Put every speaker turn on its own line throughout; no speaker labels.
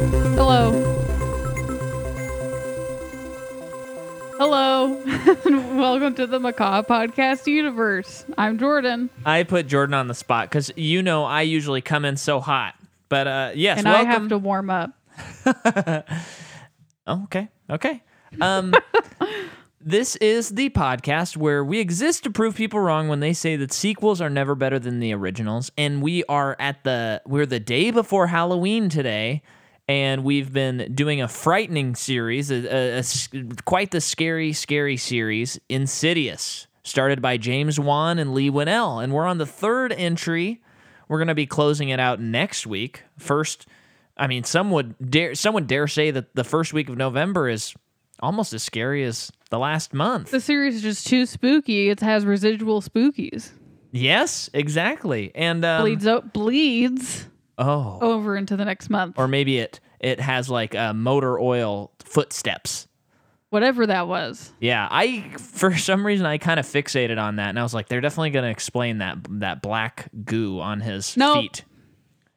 welcome to the Macaw Podcast Universe. I'm Jordan,
I put Jordan on the spot because you know I usually come in so hot. But uh, yes,
and
welcome.
I have to warm up.
Oh, okay, okay. Um, this is the podcast where we exist to prove people wrong when they say that sequels are never better than the originals. And we are at the we're the day before Halloween today, and we've been doing a frightening series, a, a- a s- quite the scary, scary series, Insidious, started by James Wan and Lee Winnell, and we're on the third entry. We're going to be closing it out next week. First, I mean, some would dare some would dare say that the first week of November is almost as scary as the last month.
The series is just too spooky. It has residual spookies.
Yes, exactly. And um,
Bleeds out, bleeds
oh,
over into the next month,
or maybe it it has like uh, motor oil footsteps.
whatever that was.
Yeah, I for some reason I kind of fixated on that, and I was like, they're definitely going to explain that that black goo on his
No.
feet,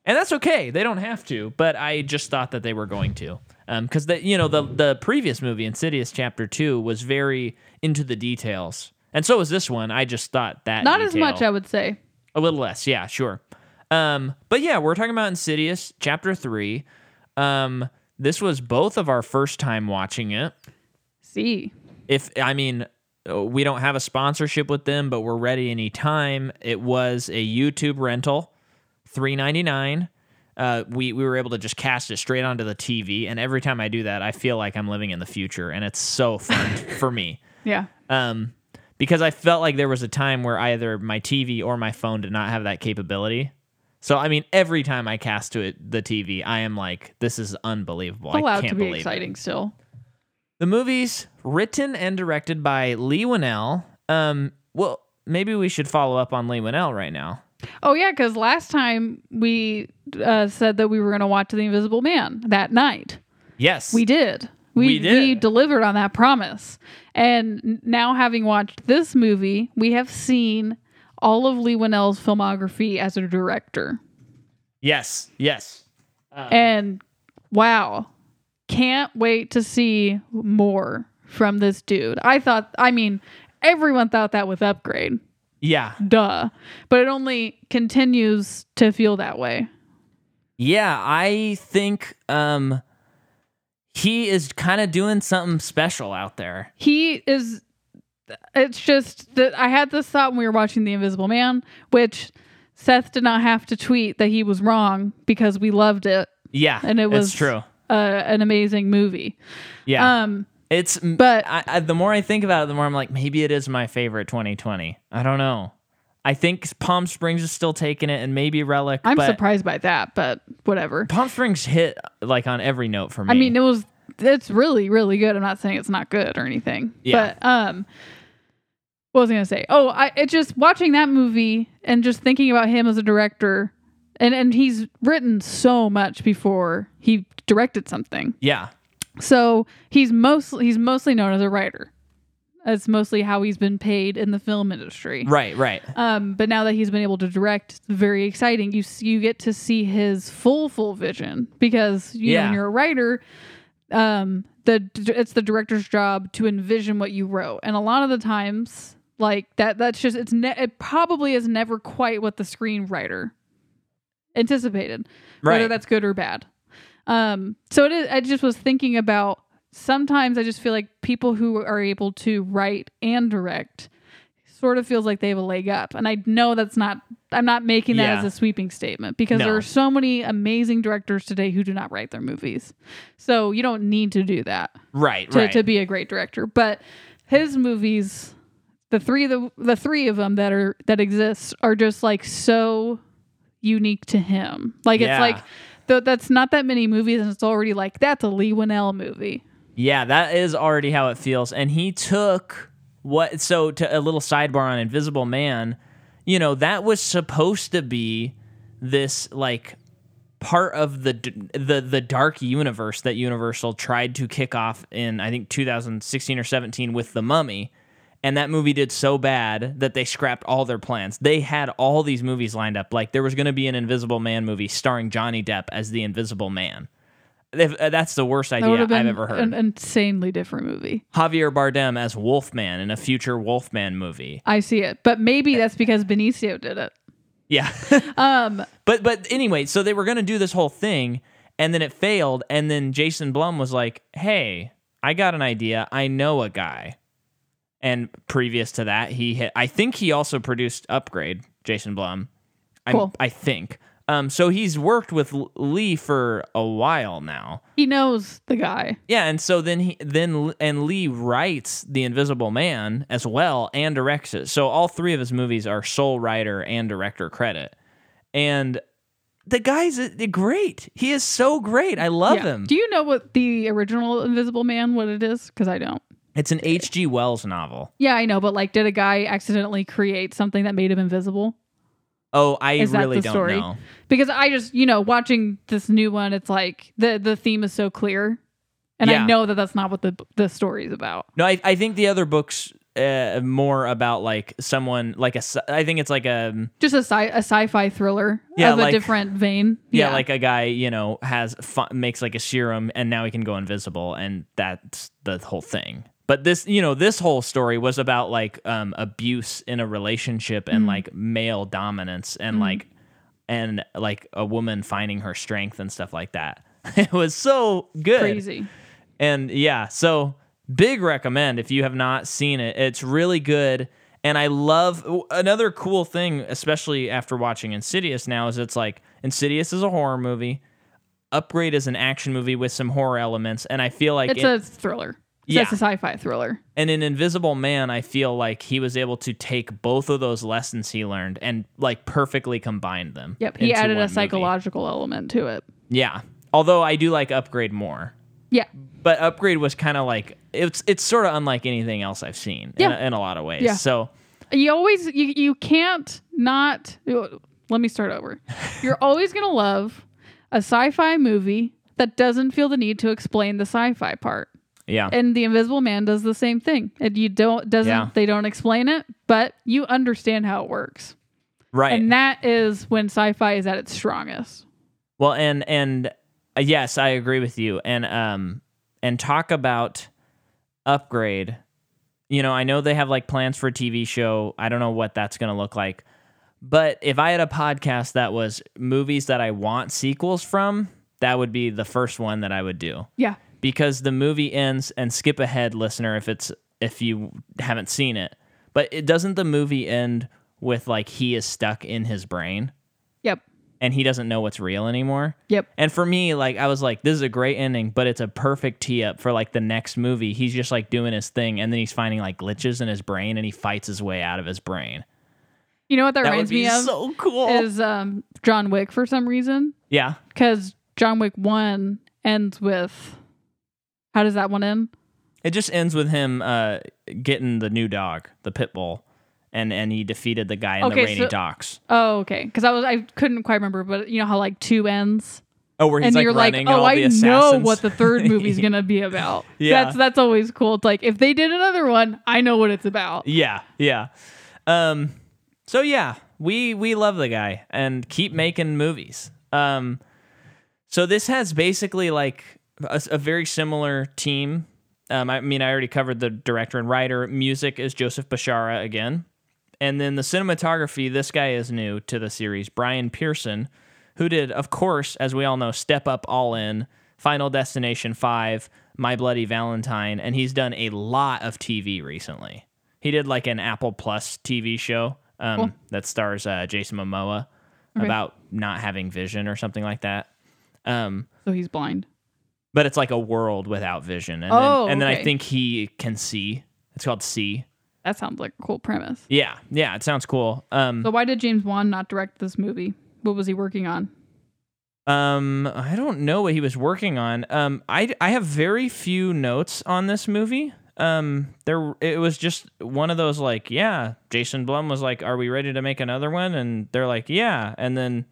and that's okay. They don't have to, but I just thought that they were going to, because the you know the the previous movie, Insidious Chapter Two, was very into the details, and so was this one. I just thought that
Not as
detail-
much, I would say.
a little less, yeah, sure. Um, but yeah, we're talking about Insidious Chapter Three. Um, this was both of our first time watching it
See,
if I mean uh, we don't have a sponsorship with them, but we're ready anytime. It was a YouTube rental, three ninety nine. Uh, we we were able to just cast it straight onto the TV, and every time I do that, I feel like I'm living in the future, and it's so fun for me.
yeah,
Um, because I felt like there was a time where either my TV or my phone did not have that capability. So I mean, every time I cast to it the TV, I am like, this is unbelievable. I
allowed
can't
to be
believe it.
exciting still.
The movie's written and directed by Lee Winnell. Um, well, maybe we should follow up on Lee Winnell right now.
Oh yeah, because last time we uh, said that we were going to watch The Invisible Man that night.
Yes.
We did. We,
We
we
did.
delivered on that promise. And n- now, having watched this movie, we have seen all of Lee Winnell's filmography as a director.
yes. Yes. Uh-huh.
And wow, can't wait to see more from this dude. I thought, I mean, everyone thought that with Upgrade.
Yeah.
Duh. But it only continues to feel that way.
Yeah. I think um, he is kind of doing something special out there.
he is it's just that i had this thought when we were watching the invisible man which seth did not have to tweet that he was wrong because we loved it
Yeah.
And it
it's
was-
true.
uh, an amazing movie
Yeah.
um
it's
but-
I, I, the more I think about it, the more I'm like, maybe it is my favorite 2020. I don't know. I think Palm Springs is still taking it, and maybe Relic.
i'm
but
surprised by that but whatever
Palm Springs hit like on every note for me.
i mean it was it's really really good i'm not saying it's not good or anything
Yeah.
but um what was i gonna say oh i it just watching that movie and just thinking about him as a director and and he's written so much before he directed something
yeah.
So he's mostly he's mostly known as a writer. That's mostly how he's been paid in the film industry.
Right, right.
Um, but now that he's been able to direct, it's very exciting. You s- you get to see his full full vision because you know,
Yeah.
when you're a writer, um, the d- it's the director's job to envision what you wrote, and a lot of the times like that that's just it's ne- it probably is never quite what the screenwriter anticipated
Right.
whether that's good or bad. Um, so it is, I just was thinking about sometimes I just feel like people who are able to write and direct sort of feels like they have a leg up. And I know that's not, I'm not making that
Yeah.
as a sweeping statement because
No.
there are so many amazing directors today who do not write their movies. So you don't need to do that
right,
to,
right.
to be a great director. But his movies, the three the the three of them that are that exist are just like so unique to him. Like
Yeah.
it's like th- that's not that many movies, and it's already like that's a Lee Winnell movie.
yeah, that is already how it feels. And he took what so to a little sidebar on Invisible Man, you know, that was supposed to be this like part of the d- the the dark universe that Universal tried to kick off in I think 2016 or 17 with The Mummy. And that movie did so bad that they scrapped all their plans. They had all these movies lined up. Like there was going to be an Invisible Man movie starring Johnny Depp as the Invisible Man. If, uh, that's the worst
That would
idea
have been
I've ever heard.
an insanely different movie.
Javier Bardem as Wolfman in a future Wolfman movie.
I see it, but maybe that's because Benicio did it.
Yeah.
Um,
But but anyway, so they were gonna do this whole thing, and then it failed, and then Jason Blum was like, "Hey, I got an idea. I know a guy." And previous to that, he hit, I think he also produced Upgrade. Jason Blum, I
Cool.
I think. Um, so he's worked with L- Lee for a while now.
he knows the guy.
Yeah, and so then he then L- and Lee writes The Invisible Man as well and directs it. So all three of his movies are sole writer and director credit. And the guy's uh, great. He is so great. I love
Yeah.
him.
Do you know what the original Invisible Man what it is? Because I don't.
It's an H.G. Wells novel.
Yeah, I know, but like, did a guy accidentally create something that made him invisible?
Oh, I
Is that
really
the
don't
story?
know.
Because I just, you know, watching this new one, it's like the the theme is so clear, and
Yeah.
I know that that's not what the the story is about.
No, I, I think the other books uh, more about like someone like a sci- I think it's like um, a
Just a sci a sci fi thriller
Yeah,
of a
like-
different vein.
yeah, like a guy you know has fu- makes like a serum and now he can go invisible and that's the whole thing but this you know this whole story was about like um abuse in a relationship and like male dominance and like and like a woman finding her strength and stuff like that it was so good
crazy.
and yeah, so big recommend if you have not seen it. It's really good. And I love another cool thing, especially after watching Insidious now, is it's like Insidious is a horror movie. Upgrade is an action movie with some horror elements. And I feel like
It's
in-
a thriller.
Yeah.
Yeah, it's a sci fi thriller.
and in Invisible Man, I feel like he was able to take both of those lessons he learned and like perfectly combine them.
Yep, he
into
added
one
a
movie.
psychological element to it.
Yeah. Although I do like Upgrade more.
Yeah,
but upgrade was kind of like it's it's sort of unlike anything else i've seen in,
Yeah.
a, in a lot of ways
Yeah.
so
you always you you can't not. Let me start over. You're always gonna love a sci fi movie that doesn't feel the need to explain the sci fi part.
yeah
and the invisible man does the same thing and you don't doesn't
Yeah.
they don't explain it but you understand how it works
right
and that is when sci-fi is at its strongest
well and and uh, yes i agree with you and um and talk about upgrade you know i know they have like plans for a tv show i don't know what that's going to look like but if i had a podcast that was movies that i want sequels from that would be the first one that i would do
yeah
because the movie ends and skip ahead listener if it's if you haven't seen it but it doesn't the movie end with like he is stuck in his brain
yep
and he doesn't know what's real anymore
yep
and for me like i was like this is a great ending but it's a perfect tee up for like the next movie he's just like doing his thing and then he's finding like glitches in his brain and he fights his way out of his brain
you know what that,
that would
reminds
be
me of
so cool
is um john wick for some reason
yeah
because john wick 1 ends with how does that one end
it just ends with him uh getting the new dog the pit bull and and he defeated the guy in the
Okay,
rainy
so-
docks
oh okay because i was i couldn't quite remember but you know how like two ends
Oh, where he's
and
like
you're like,
running and
oh,
all the
I
assassins.
know what the third movie's gonna be about.
Yeah.
that's that's always cool. It's like if they did another one, I know what it's about.
yeah, yeah. Um, so yeah, we we love the guy and keep making movies. Um, so this has basically like a, a very similar team. Um, I mean, I already covered the director and writer. Music is Joseph Bashara again, and then the cinematography. This guy is new to the series, Brian Pearson, who did, of course, as we all know, Step Up, All In, Final Destination Five, My Bloody Valentine, and he's done a lot of TV recently. He did like an Apple Plus TV show um,
Cool.
that stars uh, Jason Momoa
Okay.
about not having vision or something like that. Um,
So he's blind.
but it's like a world without vision, and
Oh,
then, and then I
okay.
think he can see. It's called see.
That sounds like a cool premise.
Yeah, yeah, it sounds cool. Um,
So why did James Wan not direct this movie? What was he working on?
um, I don't know what he was working on. Um, I I have very few notes on this movie. Um, there it was just one of those like, yeah, Jason Blum was like, "Are we ready to make another one?" And they're like, "Yeah," and then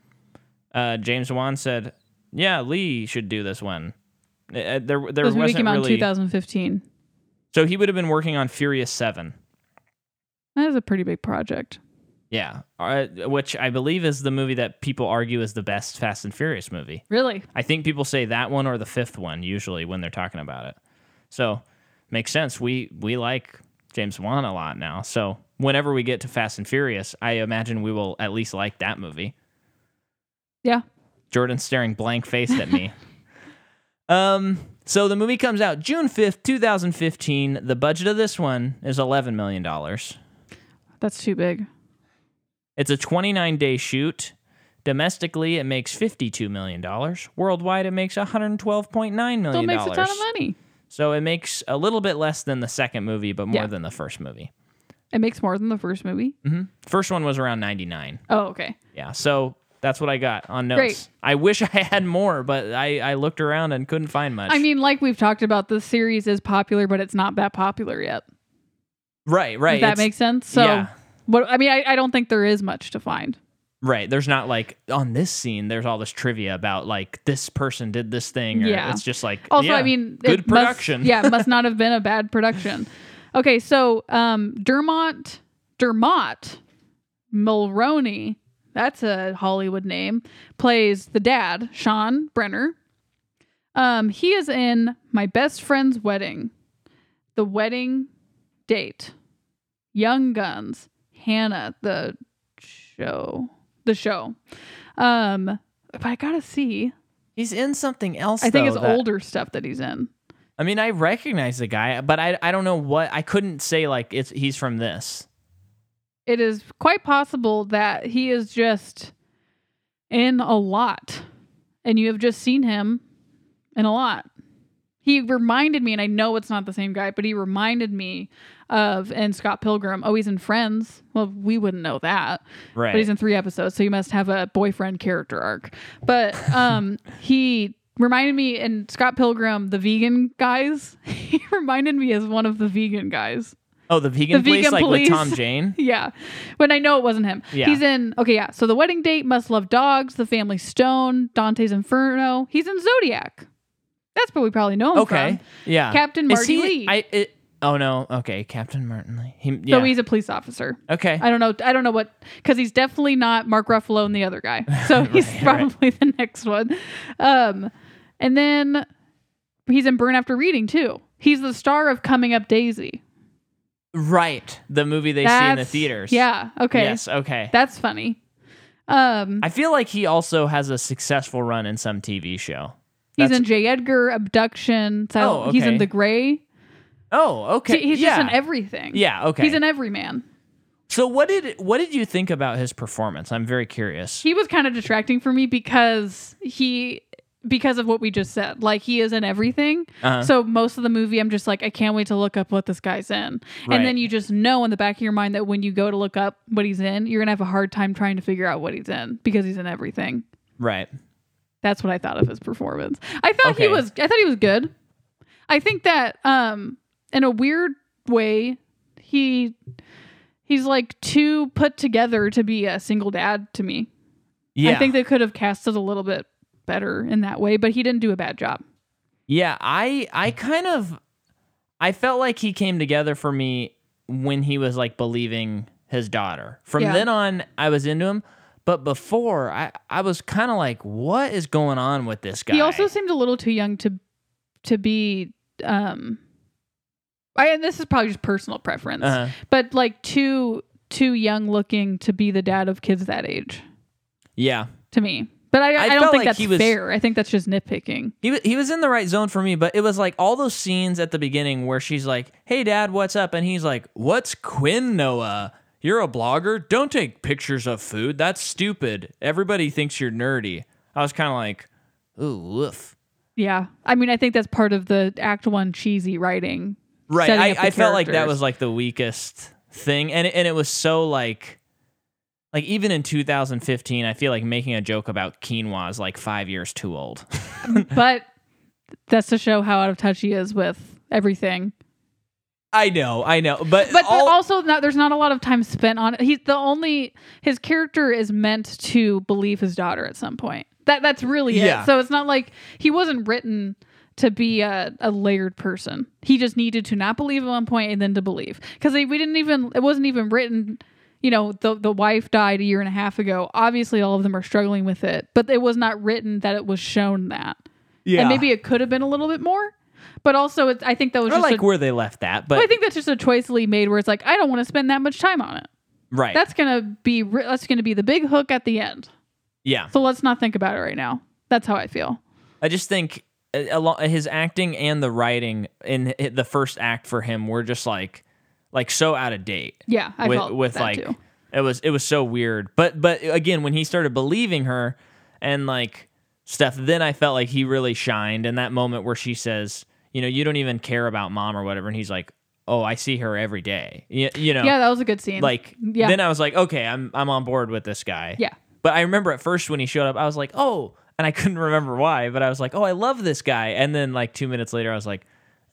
uh, James Wan said, "Yeah, Lee should do this one." Uh, there there
this movie
wasn't
came out in
really
2015.
So he would have been working on Furious Seven.
That is a pretty big project.
Yeah, Uh, which I believe is the movie that people argue is the best Fast and Furious movie.
Really?
I think people say that one or the fifth one usually when they're talking about it. So makes sense. We we like James Wan a lot now. So whenever we get to Fast and Furious, I imagine we will at least like that movie.
Yeah.
Jordan's staring blank faced at me. um. So the movie comes out June fifth, two thousand fifteen. The budget of this one is eleven million dollars.
That's too big.
It's a 29 day shoot. Domestically, it makes $52 million. Worldwide, it makes $112.9 million.
Still makes a ton of money.
So it makes a little bit less than the second movie, but more
Yeah.
than the first movie. Mm-hmm.
It makes more than the first movie.
Mm. First one was around 99.
Oh, okay.
Yeah. So that's what I got on notes.
Great.
I wish I had more, but I, I looked around and couldn't find much.
I mean, like we've talked about, the series is popular, but it's not that popular yet.
right, right.
If that
it's-
makes sense. So,
yeah.
what I mean, I, I don't think there is much to find.
Right. There's not like on this scene, there's all this trivia about like this person did this thing. Or
Yeah.
It's just like,
Also,
yeah,
I mean, it
good
must-
production.
yeah, it must not have been a bad production. Okay, so um, Dermot Dermot Mulroney, that's a Hollywood name, plays the dad, Sean Brenner. Um, he is in my best friend's wedding, the wedding date, Young Guns, Hannah, the show, the show. Um, but I gotta see.
He's in something else.
I think
though,
it's
that-
older stuff that he's in.
I mean, I recognize the guy, but I I don't know what I couldn't say like it's he's from this.
it is quite possible that he is just in a lot and you have just seen him in a lot he reminded me and i know it's not the same guy but he reminded me of in scott pilgrim oh he's in friends well we wouldn't know that
Right.
but he's in three episodes so you must have a boyfriend character arc but um he reminded me in scott pilgrim the vegan guys he reminded me as one of the vegan guys
oh, the vegan
the
police,
vegan
like
police.
with Tom Jane.
yeah. When I know it wasn't him.
Yeah.
He's in, okay, yeah. So The Wedding Date, Must Love Dogs, The Family Stone, Dante's Inferno. He's in Zodiac. That's what we probably know him
Okay.
from.
Yeah.
Captain
Is
Marty
he-
Lee.
I it, oh no. Okay, Captain Martin Lee. He, yeah.
So he's a police officer.
okay.
I don't know. I don't know what, because he's definitely not Mark Ruffalo and the other guy. So he's probably the next one. Um, and then he's in Burn After Reading too. He's the star of Coming Up Daisy.
right. The movie they see in the
That's-
theaters.
Yeah. Okay.
Yes. Okay.
That's funny. Um,
I feel like he also has a successful run in some TV show.
He's
That's-
in J. Edgar, Abduction. So
Oh,
he's in
okay.
The Gray.
Oh, okay.
He's
yeah.
just in everything.
Yeah, okay.
He's an everyman.
so what did what did you think about his performance? I'm very curious.
He was kind of distracting for me because he because of what we just said. Like he is in everything.
Uh-huh.
So most of the movie I'm just like I can't wait to look up what this guy's in.
Right.
And then you just know in the back of your mind that when you go to look up what he's in, you're going to have a hard time trying to figure out what he's in because he's in everything.
right.
That's what I thought of his performance. I thought
Okay.
he was I thought he was good. I think that um in a weird way he he's like too put together to be a single dad to me.
Yeah.
I think they could have cast it a little bit better in that way, but he didn't do a bad job.
Yeah, I I kind of I felt like he came together for me when he was like believing his daughter. From
Yeah.
then on, I was into him, but before I I was kind of like, what is going on with this guy?
He also seemed a little too young to to be um I and this is probably just personal preference,
Uh-huh.
but like too too young looking to be the dad of kids that age.
yeah.
to me. But I, I,
I
don't
felt
think
like
that's
he was-
fair. I think that's just nitpicking.
He, wa- he was in the right zone for me, but it was like all those scenes at the beginning where she's like, "Hey, Dad, what's up?" and he's like, "What's Quinn Noah? You're a blogger. Don't take pictures of food. That's stupid. Everybody thinks you're nerdy." I was kind of like, "Ooh, woof."
Yeah. I mean, I think that's part of the Act One cheesy writing.
right
setting
I,
up the
I felt like that
characters.
was like the weakest thing and it, and it was so like like even in 2015 i feel like making a joke about quinoa is like five years too old
but that's to show how out of touch he is with everything.
i know i know but,
But
all,
the- also, not, there's not a lot of time spent on it. He's the only his character is meant to believe his daughter at some point. That that's really
Yeah.
it. So it's not like he wasn't written to be a, a layered person. He just needed to not believe at one point and then to believe because we didn't even it wasn't even written. you know, the the wife died a year and a half ago. Obviously, all of them are struggling with it, but it was not written that it was shown that.
Yeah.
And maybe it could have been a little bit more, but also it, I think that was
I
just
like
a,
where they left that, but
I think that's just a choice Lee made where it's like I don't want to spend that much time on it.
right.
That's gonna be re- that's gonna be the big hook at the end.
yeah.
So let's not think about it right now. That's how I feel.
I just think uh, alo- his acting and the writing in hi- the first act for him were just like like so out of date.
Yeah, I
with
felt
with
that
like
too.
it was it was so weird. But but again, when he started believing her and like stuff, then I felt like he really shined. And that moment where she says, you know, you don't even care about mom or whatever, and he's like, oh, I see her every day. You, you know,
Yeah, that was a good scene.
like
yeah,
then I was like, okay, I'm I'm on board with this guy.
yeah,
But I remember at first when he showed up, I was like, oh, and I couldn't remember why, but I was like, oh, I love this guy. And then like two minutes later, I was like,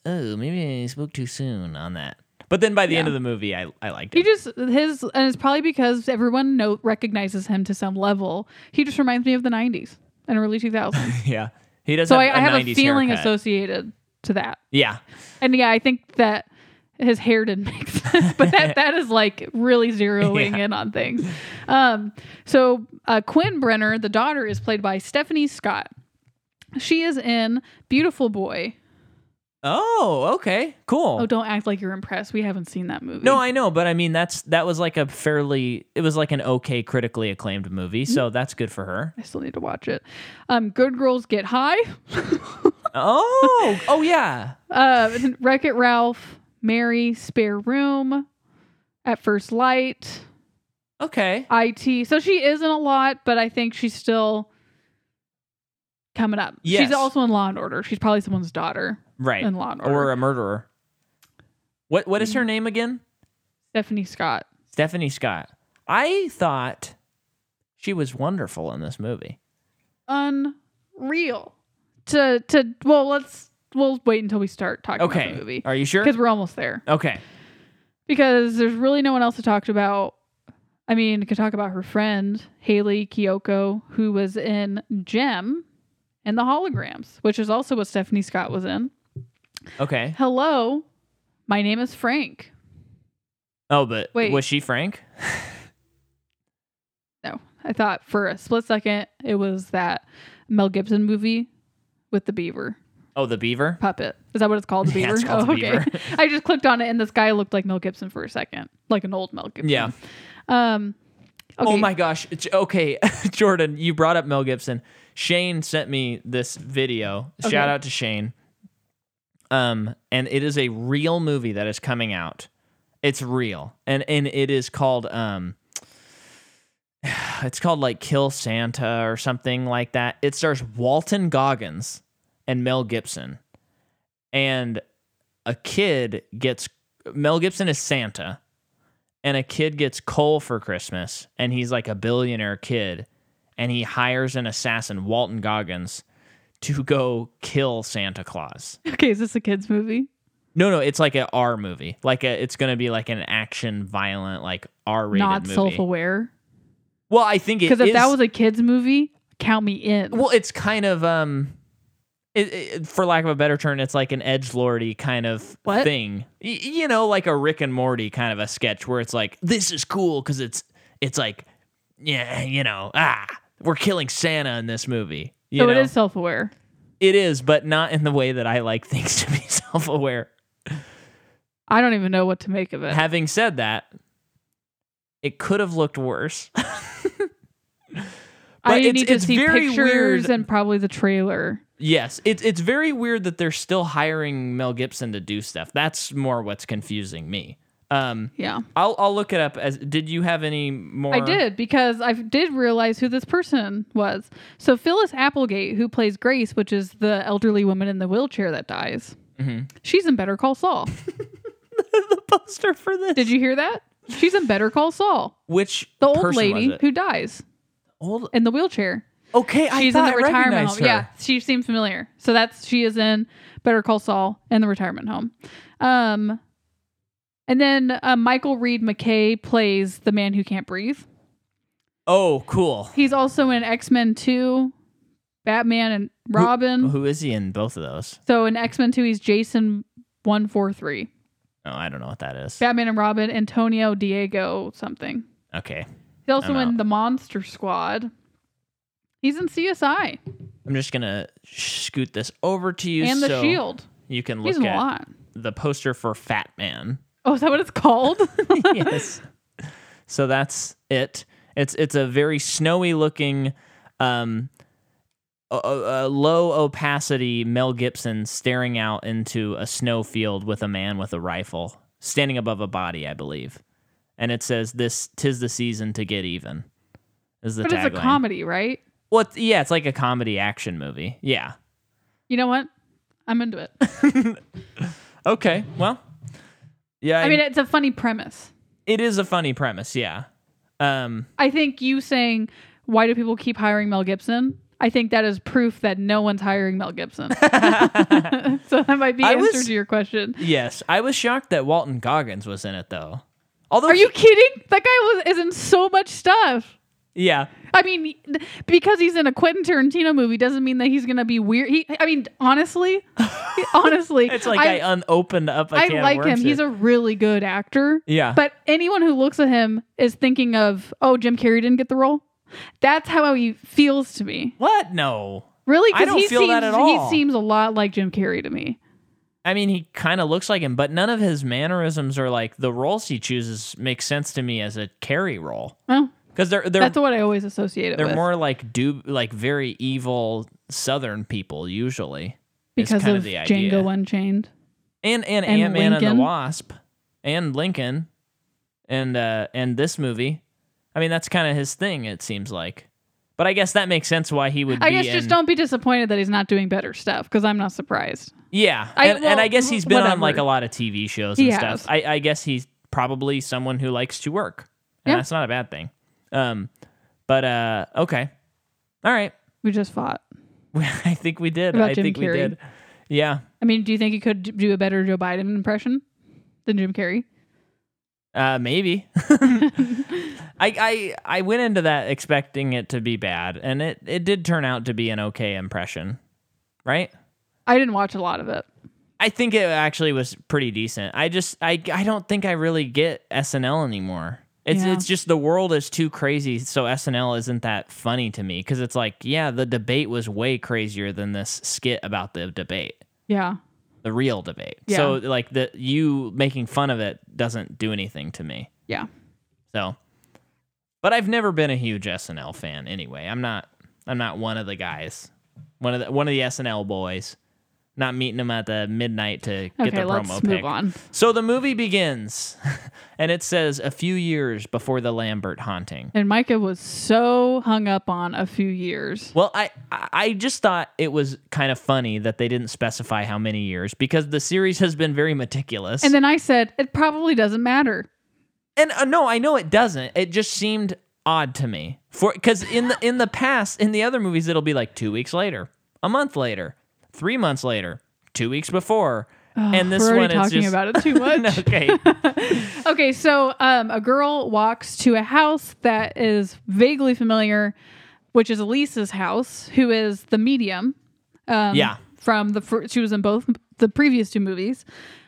oh, maybe I spoke too soon on that. But then by the end
Yeah.
of the movie, I, I liked
he
it.
just his and it's probably because everyone know recognizes him to some level. He just reminds me of the '90s and early 2000s.
yeah. He does
so I
have
I have a
90s
feeling
haircut.
associated to that.
Yeah.
And yeah, I think that his hair didn't make sense, but that that is like really zeroing in on things. Um, so uh, Quinn Brenner, the daughter, is played by Stephanie Scott. She is in Beautiful Boy.
Oh, okay. Cool.
Oh, don't act like you're impressed. We haven't seen that movie.
no, I know, but I mean that's that was like a fairly it was like an okay critically acclaimed movie,
Mm-hmm.
so that's good for her.
I still need to watch it. Um, Good Girls Get High,
Oh, oh yeah.
uh, Wreck It Ralph, Mary, Spare Room, At First Light,
Okay.
IT. So she is in a lot, but I think she's still coming up.
Yes.
She's also in Law and Order. She's probably someone's daughter
Right.
in Law and Order.
Or a murderer. What what
Mm-hmm.
is her name again?
Stephanie Scott.
Stephanie Scott. I thought she was wonderful in this movie.
Unreal. To to well, let's we'll wait until we start talking about
Okay.
the movie
Are you sure?
because we're almost there.
Okay.
Because there's really no one else to talk about. I mean, we could talk about her friend Haley Kiyoko, who was in Gem and the Holograms, which is also what Stephanie Scott was in.
Okay.
Hello, my name is Frank.
Oh, but
Wait.
was she Frank?
No, I thought for a split second it was that Mel Gibson movie with the beaver
Oh, the beaver?
puppet. Is that what it's called? The
Yeah,
beaver.
it's called The Beaver.
I just clicked on it and this guy looked like Mel Gibson for a second, like an old Mel Gibson.
Yeah.
Um. Okay.
Oh my gosh. J- Okay, Jordan, you brought up Mel Gibson. Shane sent me this video.
Okay.
Shout out to Shane. Um, and it is a real movie that is coming out. It's real. And and it is called um it's called like Kill Santa or something like that. It stars Walton Goggins and Mel Gibson. And a kid gets Mel Gibson is Santa and a kid gets coal for Christmas, and he's like a billionaire kid, and he hires an assassin, Walton Goggins, to go kill Santa Claus.
Okay. Is this a kids movie?
No, no, it's like a R movie. Like a, it's gonna be like an action, violent, like R rated
Not
movie.
self-aware.
Well, I think it
Because if
is-
that was a kids movie, count me in.
well, it's kind of um. It, it- for lack of a better term, it's like an edge lordy kind of
What?
thing, Y- you know, like a Rick and Morty kind of a sketch where it's like this is cool because it's it's like yeah, you know, ah, we're killing Santa in this movie. You
so
know?
it is self-aware.
it is, but not in the way that I like things to be self aware.
I don't even know what to make of it.
Having said that, it could have looked worse.
I
but it's-
need to
it's
see
very
pictures
weird-
and probably the trailer.
Yes, it's it's very weird that they're still hiring Mel Gibson to do stuff. That's more what's confusing me. Um,
Yeah.
I'll I'll look it up. As did you have any more?
I did because I did realize who this person was. So Phyllis Applegate, who plays Grace, which is the elderly woman in the wheelchair that dies,
Mhm.
she's in Better Call Saul.
the poster for this.
did you hear that? She's in Better Call Saul.
Which
The old
person
lady
Was it?
who dies
Old.
in the wheelchair.
Okay, I
She's in
thought
the
I
retirement
recognized
home.
her.
Yeah, she seemed familiar. So that's she is in Better Call Saul and the retirement home. Um, and then uh, Michael Reed McKay plays the man who can't breathe.
Oh, cool.
He's also in X Men 2, Batman and Robin.
Who is he in both of those?
So in X Men 2, he's Jason 143.
Oh, I don't know what that is.
Batman and Robin, Antonio Diego something.
Okay.
He's also
I'm
in
out.
the Monster Squad. He's in CSI
I'm just gonna scoot this over to you
and The
so
Shield.
you can
He's
look
in a
at
lot.
the poster for Fat Man.
Oh, is that what it's called?
yes. So that's it. It's it's a very snowy looking, um, a, a a low opacity Mel Gibson staring out into a snowfield with a man with a rifle standing above a body, I believe. And it says this tis the season to get even. Is the
but it's a
tagline.
comedy, right?
What? yeah, it's like a comedy action movie. Yeah.
You know what? I'm into it.
Okay. Well. Yeah.
I mean, it's a funny premise.
it is a funny premise. Yeah. Um.
I think you saying, why do people keep hiring Mel Gibson? I think that is proof that no one's hiring Mel Gibson. so that might be
I
answer
was-
to your question.
Yes, I was shocked that Walton Goggins was in it though. Although,
Are you kidding? That guy was is in so much stuff.
he- yeah,
I mean, because he's in a Quentin Tarantino movie doesn't mean that he's gonna be weird. He, I mean, honestly, honestly,
it's like I, unopened up. A
I
can
like
of
him.
worms
He's
here.
a really good actor.
Yeah.
But anyone who looks at him is thinking of, oh, Jim Carrey didn't get the role. That's how he feels to me.
what? No,
Really?
I
'Cause
don't
he
feel
seems,
that at all.
He seems a lot like Jim Carrey to me.
I mean he kind of looks like him, but none of his mannerisms or like the roles he chooses make sense to me as a carry role
Well,
because they're they're
that's what I always associate it
they're
with.
more like do like very evil Southern people usually is
because
kinda
of
the idea.
Django Unchained.
and and,
And
Ant Man and the
Lincoln.
Wasp, and Lincoln, and uh, and this movie. I mean, that's kind of his thing. It seems like, but I guess that makes sense why he would.
I
be
guess
in-
just don't be disappointed that he's not doing better stuff because I'm not surprised.
Yeah,
I-
and, and I
well,
guess he's been on
whatever.
like a lot of TV shows and
He has.
stuff. I, I guess he's probably someone who likes to work, and
Yeah.
that's not a bad thing. Um, but uh, okay, all right.
We just fought.
I think we did.
About
I
Jim
think we
Carrey.
did. Yeah.
I mean, do you think he could d- do a better Joe Biden impression than Jim Carrey?
Uh, maybe. I, I I went into that expecting it to be bad, and it, it did turn out to be an okay impression, right?
I didn't watch a lot of it.
I think it actually was pretty decent. I just I I don't think I really get SNL anymore. It's
Yeah.
it's just the world is too crazy, so SNL isn't that funny to me because it's like yeah, the debate was way crazier than this skit about the debate,
Yeah.
the real debate. So
Yeah.
like the you making fun of it doesn't do anything to me.
Yeah.
So, but I've never been a huge SNL fan. Anyway, I'm not. I'm not one of the guys. One of the one of the SNL boys. Not meeting them at the midnight to get
Okay,
their
let's
promo
move
pic.
on.
So the movie begins, and it says a few years before the Lambert haunting.
And Micah was so hung up on a few years.
Well, I I I just thought it was kind of funny that they didn't specify how many years because the series has been very meticulous.
And then I said, it probably doesn't matter.
And uh, no, I know it doesn't. It just seemed odd to me for because in the in the past, in the other movies, it'll be like two weeks later, a month later, three months later, two weeks before, and this
We're
one
already
it's
talking
just
about it too much.
okay.
Okay, so um, a girl walks to a house that is vaguely familiar, which is Elisa's house, who is the medium. Um,
Yeah.
From the fir- she was in both the previous two movies,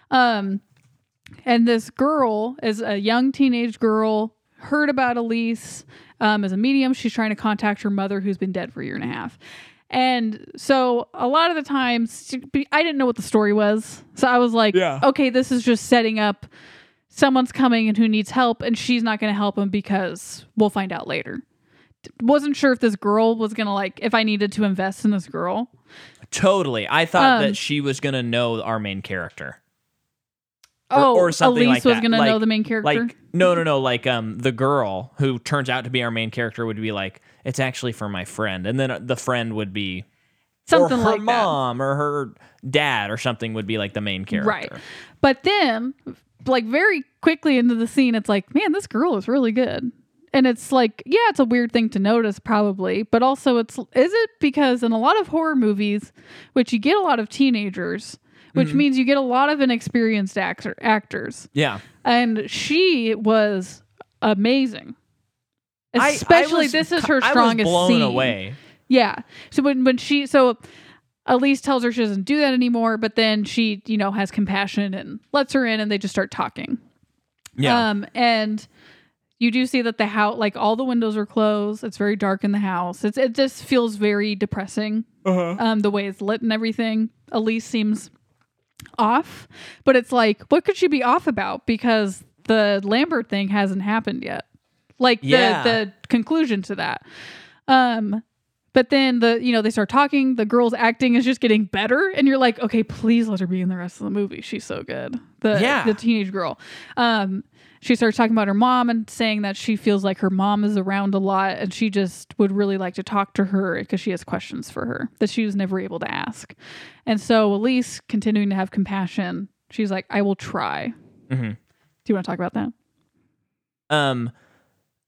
um, and this girl is a young teenage girl heard about Elise um, as a medium. She's trying to contact her mother, who's been dead for a year and a half. And so a lot of the times, I didn't know what the story was, so I was like,
Yeah.
okay, this is just setting up someone's coming and who needs help and she's not going to help him because we'll find out later D- wasn't sure if this girl was going to like if i needed to invest in this girl
totally. I thought
Um,
that she was gonna know our main character.
oh
or something
elise
like
was
that.
to know
Like-
the main character
Like no, no, no. Like um, the girl who turns out to be our main character would be like, it's actually for my friend, and then uh, the friend would be
something
or her
like
mom or her dad or something would be like the main
that
character.
right but then like very quickly into the scene it's like man this girl is really good and it's like yeah it's a weird thing to notice probably but also it's is it because in a lot of horror movies which you get a lot of teenagers which
Mm-hmm.
means you get a lot of inexperienced actor, actors
Yeah.
and she was amazing.
I- I
Especially,
was
this is
ki-
her strongest
I was blown
scene.
away.
Yeah. So when when she so Elise tells her she doesn't do that anymore, but then she you know has compassion and lets her in, and they just start talking.
Yeah.
Um, and you do see that the house, like all the windows are closed. It's very dark in the house. It's it just feels very depressing.
Uh-huh.
Um, the way it's lit and everything. Elise seems off, but it's like, what could she be off about? Because the Lambert thing hasn't happened yet. Like
Yeah.
the the conclusion to that. Um, but then the you know they start talking. The girl's acting is just getting better, and you're like, okay, please let her be in the rest of the movie. She's so good. The
Yeah.
the teenage girl. Um, she starts talking about her mom and saying that she feels like her mom is around a lot, and she just would really like to talk to her because she has questions for her that she was never able to ask. And so Elise, continuing to have compassion, she's like, I will try.
Mhm.
Do you want to talk about that? Uh,
Um,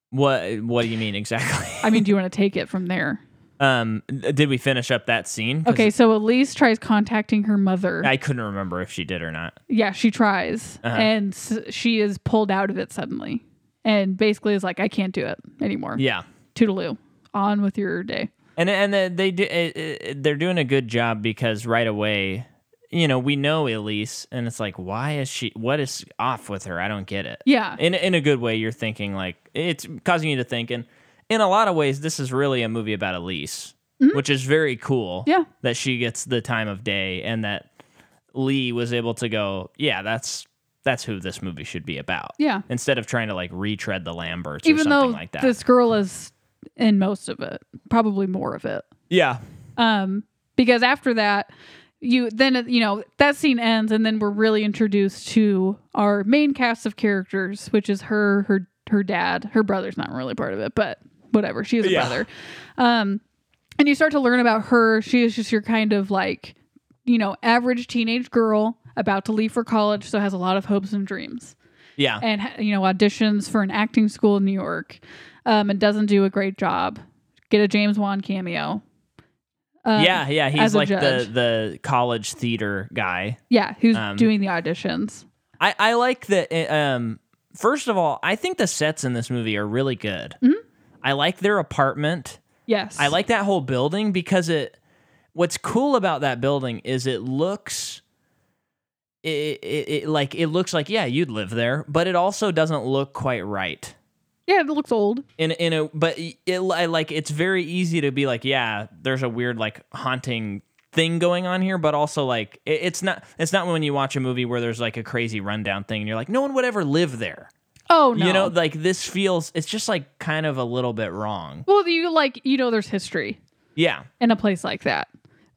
what what do you mean exactly?
I mean, do you want to take it from there?
Um, did we finish up that scene? 'Cause
Okay, so Elise tries contacting her mother.
I couldn't remember if she did or not.
yeah, she tries,
Uh-huh.
and s- she is pulled out of it suddenly, and basically is like, "I can't do it anymore."
Yeah.
Toodaloo, on with your day.
And and uh, they do, uh, uh, they're doing a good job because right away, you know, we know Elise, and it's like, why is she? What is off with her? I don't get it.
Yeah,
In in a good way, you're thinking like it's causing you to think, and in a lot of ways, this is really a movie about Elise, which is very cool.
Mm-hmm. Yeah.
that she gets the time of day, and that Lee was able to go. Yeah, that's that's who this movie should be about.
yeah.
Instead of trying to like retread the Lamberts or
Even though
something like that.
this girl is in most of it, probably more of it.
yeah.
um because after that you then you know that scene ends and then we're really introduced to our main cast of characters which is her her her dad her brother's not really part of it but whatever she is a
Yeah.
brother um and you start to learn about her she is just your kind of like you know average teenage girl about to leave for college so has a lot of hopes and dreams
Yeah.
and ha- you know auditions for an acting school in New York, um, and doesn't do a great job. Get a James Wan cameo. Um,
yeah, yeah,
as
he's
a
like the
judge.
the college theater guy.
yeah. Who's
Um,
doing the auditions?
I I like that. uh, Um, first of all, I think the sets in this movie are really good.
Mm-hmm.
I like their apartment.
Yes,
I like that whole building because it. What's cool about that building is it looks. It, it, it like it looks like yeah you'd live there, but it also doesn't look quite right.
Yeah, it looks old.
in in a but it I like it's very easy to be like yeah there's a weird like haunting thing going on here but also like it, it's not it's not when you watch a movie where there's like a crazy rundown thing and you're like no one would ever live there
Oh no.
you know like this feels it's just like kind of a little bit wrong
well, you like you know there's history
yeah
in a place like that.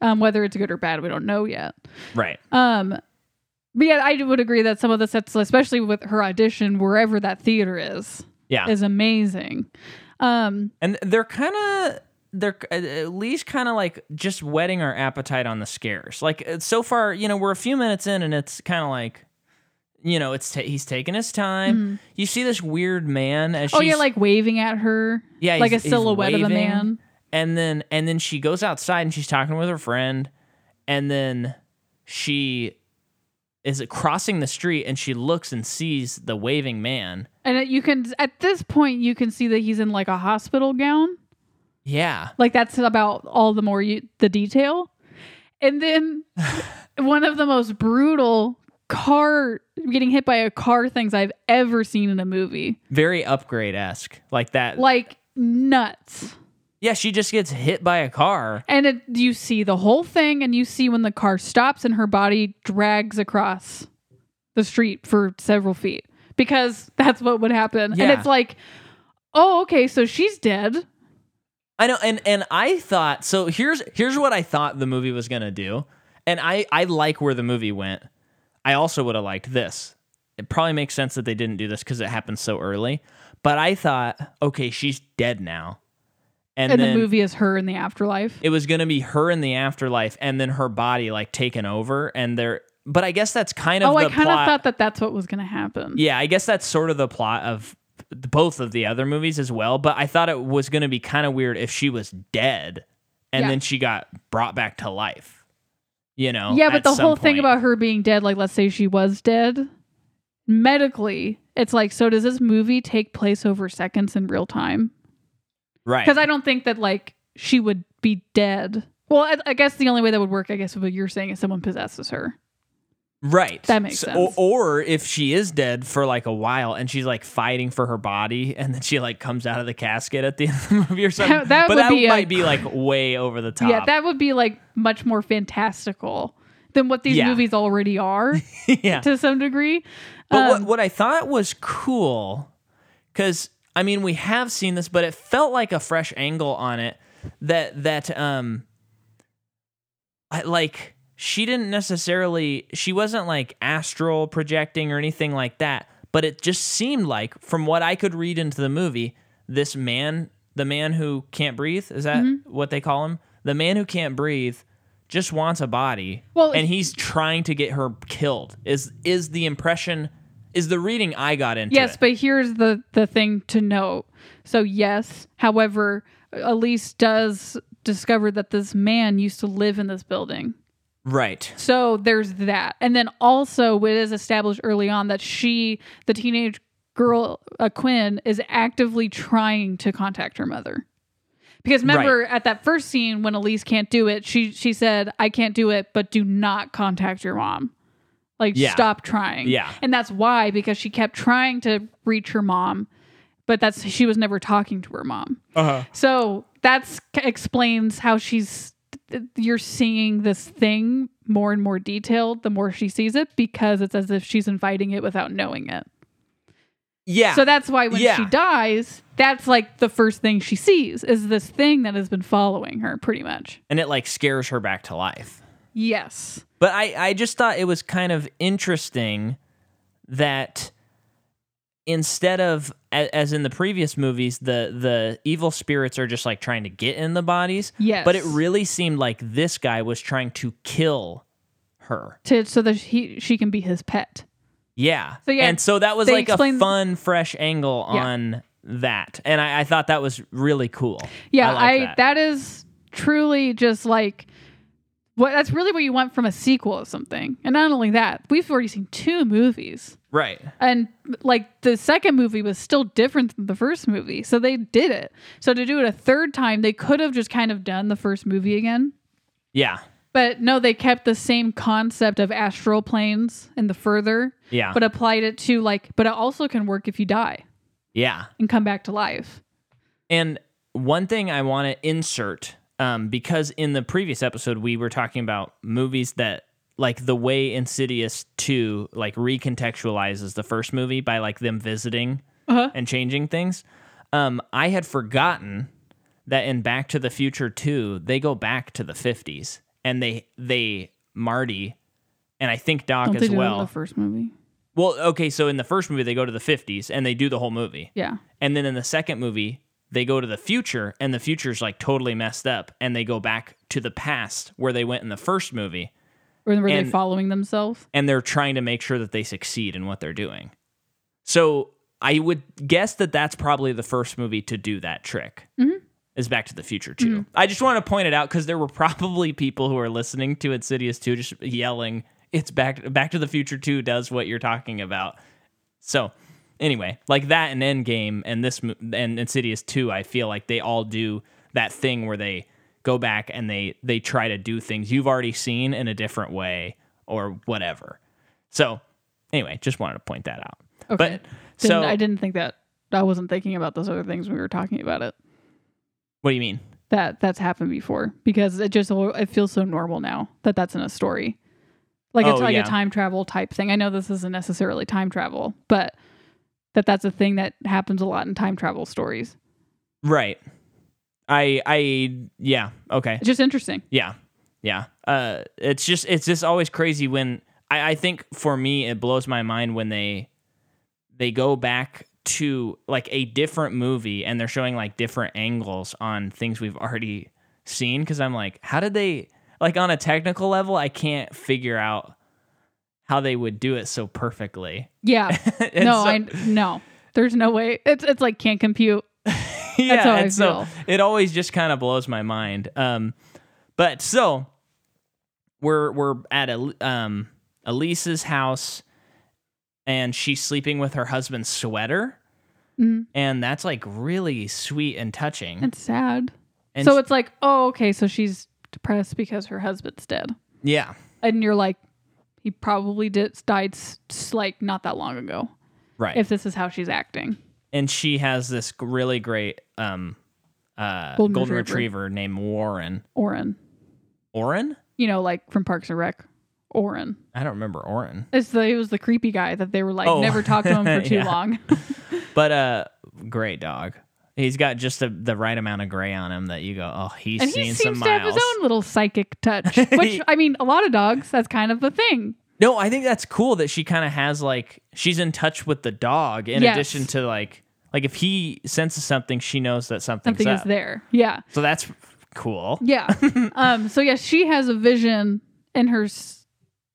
Um, whether it's good or bad, we don't know yet.
right
Um, but yeah, I would agree that some of the sets, especially with her audition, wherever that theater is,
yeah
is amazing. Um,
and they're kind of they're at least kind of like just whetting our appetite on the scares. Like uh, so far, you know, we're a few minutes in, and it's kind of like, you know, it's ta- he's taking his time. You see this weird man as
Mm. Oh
she's,
yeah, like waving at her.
Yeah,
like a
he's- he's
silhouette of a
waving.
man.
and then and then she goes outside and she's talking with her friend, and then she is crossing the street and she looks and sees the waving man.
And it- you can at this point you can see that he's in like a hospital gown.
Yeah,
Like that's about all the more you, the detail. And then one of the most brutal car getting hit by a car things I've ever seen in a movie.
very upgrade esque like that.
Like nuts.
yeah, she just gets hit by a car.
And it, you see the whole thing and you see when the car stops and her body drags across the street for several feet because that's what would happen. And
Yeah.
it's like, oh, okay, so she's dead.
I know, and and I thought so. Here's here's what I thought the movie was gonna do, and I I like where the movie went. I also would have liked this. It probably makes sense that they didn't do this because it happened so early. But I thought, okay, she's dead now, and,
And,
then
the movie is her in the afterlife.
it was gonna be her in the afterlife, and then her body like taken over, and there. But I guess that's kind of
Oh,
the
I kind of
plot.
thought that that's what was going to happen.
yeah, I guess that's sort of the plot of both of the other movies as well. But I thought it was going to be kind of weird if she was dead and
Yeah.
then she got brought back to life. You know?
Yeah, but
at
the
some
whole thing
point.
about her being dead, like let's say she was dead, medically, it's like, so does this movie take place over seconds in real time?
right?
because I don't think that like she would be dead. Well, I, I guess the only way that would work, I guess, what you're saying is someone possesses her.
Right.
That makes sense.
Or, or if she is dead for like a while and she's like fighting for her body and then she like comes out of the casket at the end of the movie or something.
That
but
would
that
be a-
might be like way over the top.
Yeah, that would be like much more fantastical than what these
Yeah.
movies already are
yeah.
to some degree.
But
Um,
what, what I thought was cool, because I mean we have seen this, but it felt like a fresh angle on it. That that um, I, like she didn't necessarily she wasn't like astral projecting or anything like that. But it just seemed like, from what I could read into the movie, this man, the man who can't breathe, is that what they call him? The man who can't breathe just wants a body
Well,
and he's trying to get her killed is is the impression is the reading i got into
Yes,
it.
but here's the the thing to note. So yes, however, Elise does discover that this man used to live in this building.
right
So there's that. And then also it is established early on that she, the teenage girl uh, Quinn, is actively trying to contact her mother. Because remember at that first scene when Elise can't do it, she she said, "I can't do it, but do not contact your mom." Like
Yeah.
stop trying.
Yeah.
And that's why because she kept trying to reach her mom, but that's she was never talking to her mom.
uh-huh
So that's explains how she's you're seeing this thing more and more detailed the more she sees it because it's as if she's inviting it without knowing it.
yeah
So that's why when
Yeah.
she dies, that's like the first thing she sees is this thing that has been following her pretty much.
and it like scares her back to life
Yes.
but i i just thought it was kind of interesting that instead of a- as in the previous movies the the evil spirits are just like trying to get in the bodies
Yes.
but it really seemed like this guy was trying to kill her
to, so that he she can be his pet.
Yeah.
So, yeah,
and so that was
they
like a
explain-
fun, fresh angle
Yeah.
on that. And I, I thought that was really cool.
Yeah, I,
like that.
that is truly just like what that's really what you want from a sequel of something. And not only that, we've already seen two movies.
Right.
And like the second movie was still different than the first movie. So they did it. So to do it a third time, they could have just kind of done the first movie again.
Yeah.
But no, they kept the same concept of astral planes and the further,
Yeah.
but applied it to like, but it also can work if you die
yeah.
and come back to life.
And one thing I want to insert, um, because in the previous episode we were talking about movies that like the way Insidious two like recontextualizes the first movie by like them visiting
Uh-huh.
and changing things. Um, I had forgotten that in Back to the Future two they go back to the fifties and they they Marty and I think Doc
Don't they
as
do it in
well.
the first movie?
well, okay, so in the first movie they go to the fifties and they do the whole movie.
Yeah.
And then in the second movie, they go to the future and the future's like totally messed up and they go back to the past where they went in the first movie
Or were they
And-
following themselves?
and they're trying to make sure that they succeed in what they're doing. So I would guess that that's probably the first movie to do that trick. Is Back to the Future 2. I just want to point it out because there were probably people who are listening to Insidious 2 just yelling, "It's Back Back to the Future 2 does what you're talking about." So, anyway, like that and Endgame and this mo- and Insidious 2, I feel like they all do that thing where they go back and they they try to do things you've already seen in a different way or whatever. So, anyway, just wanted to point that out.
Okay.
But
Didn't-
so
I didn't think that. I wasn't thinking about those other things when we were talking about it.
what do you mean?
That that's happened before because it just oh, it feels so normal now that that's in a story, like
Oh,
it's like
yeah.
a time travel type thing. I know this isn't necessarily time travel, but that that's a thing that happens a lot in time travel stories.
Right. I I yeah, okay.
It's just interesting.
Yeah. Yeah. Uh it's just it's just always crazy when I, I think for me it blows my mind when they they go back to like a different movie and they're showing like different angles on things we've already seen because I'm like, how did they like on a technical level I can't figure out how they would do it so perfectly.
Yeah.
And
no,
so-
I no. There's no way. It's it's like can't compute.
yeah,
how I
and so
feel.
it always just kind of blows my mind. Um, but so we're we're at El- um Elise's house, and she's sleeping with her husband's sweater,
Mhm.
and that's like really sweet and touching.
It's sad.
and
so
sh-
it's like, oh, okay, so she's depressed because her husband's dead.
yeah,
and you're like, He probably did died s- s- like not that long ago.
Right.
If this is how she's acting,
and she has this g- really great um uh golden,
Golden
retriever.
retriever.
named Warren.
Oren,
Oren?
you know, like from Parks and Rec, Oren.
I don't remember Oren.
It's the he was the creepy guy that they were like
Oh.
never talk to him for too
Yeah.
long.
But uh great dog. He's got just the, the right amount of gray on him that you go, "Oh, he's
and
seen
he
some
seems to have
miles."
his own little psychic touch, which I mean, a lot of dogs. That's kind of a thing.
No, I think that's cool that she kind of has like she's in touch with the dog in
Yes.
addition to like like if he senses something, she knows that something's
Something
up.
is there. Yeah.
So that's cool.
Yeah. um. So yeah, she has a vision, and her s-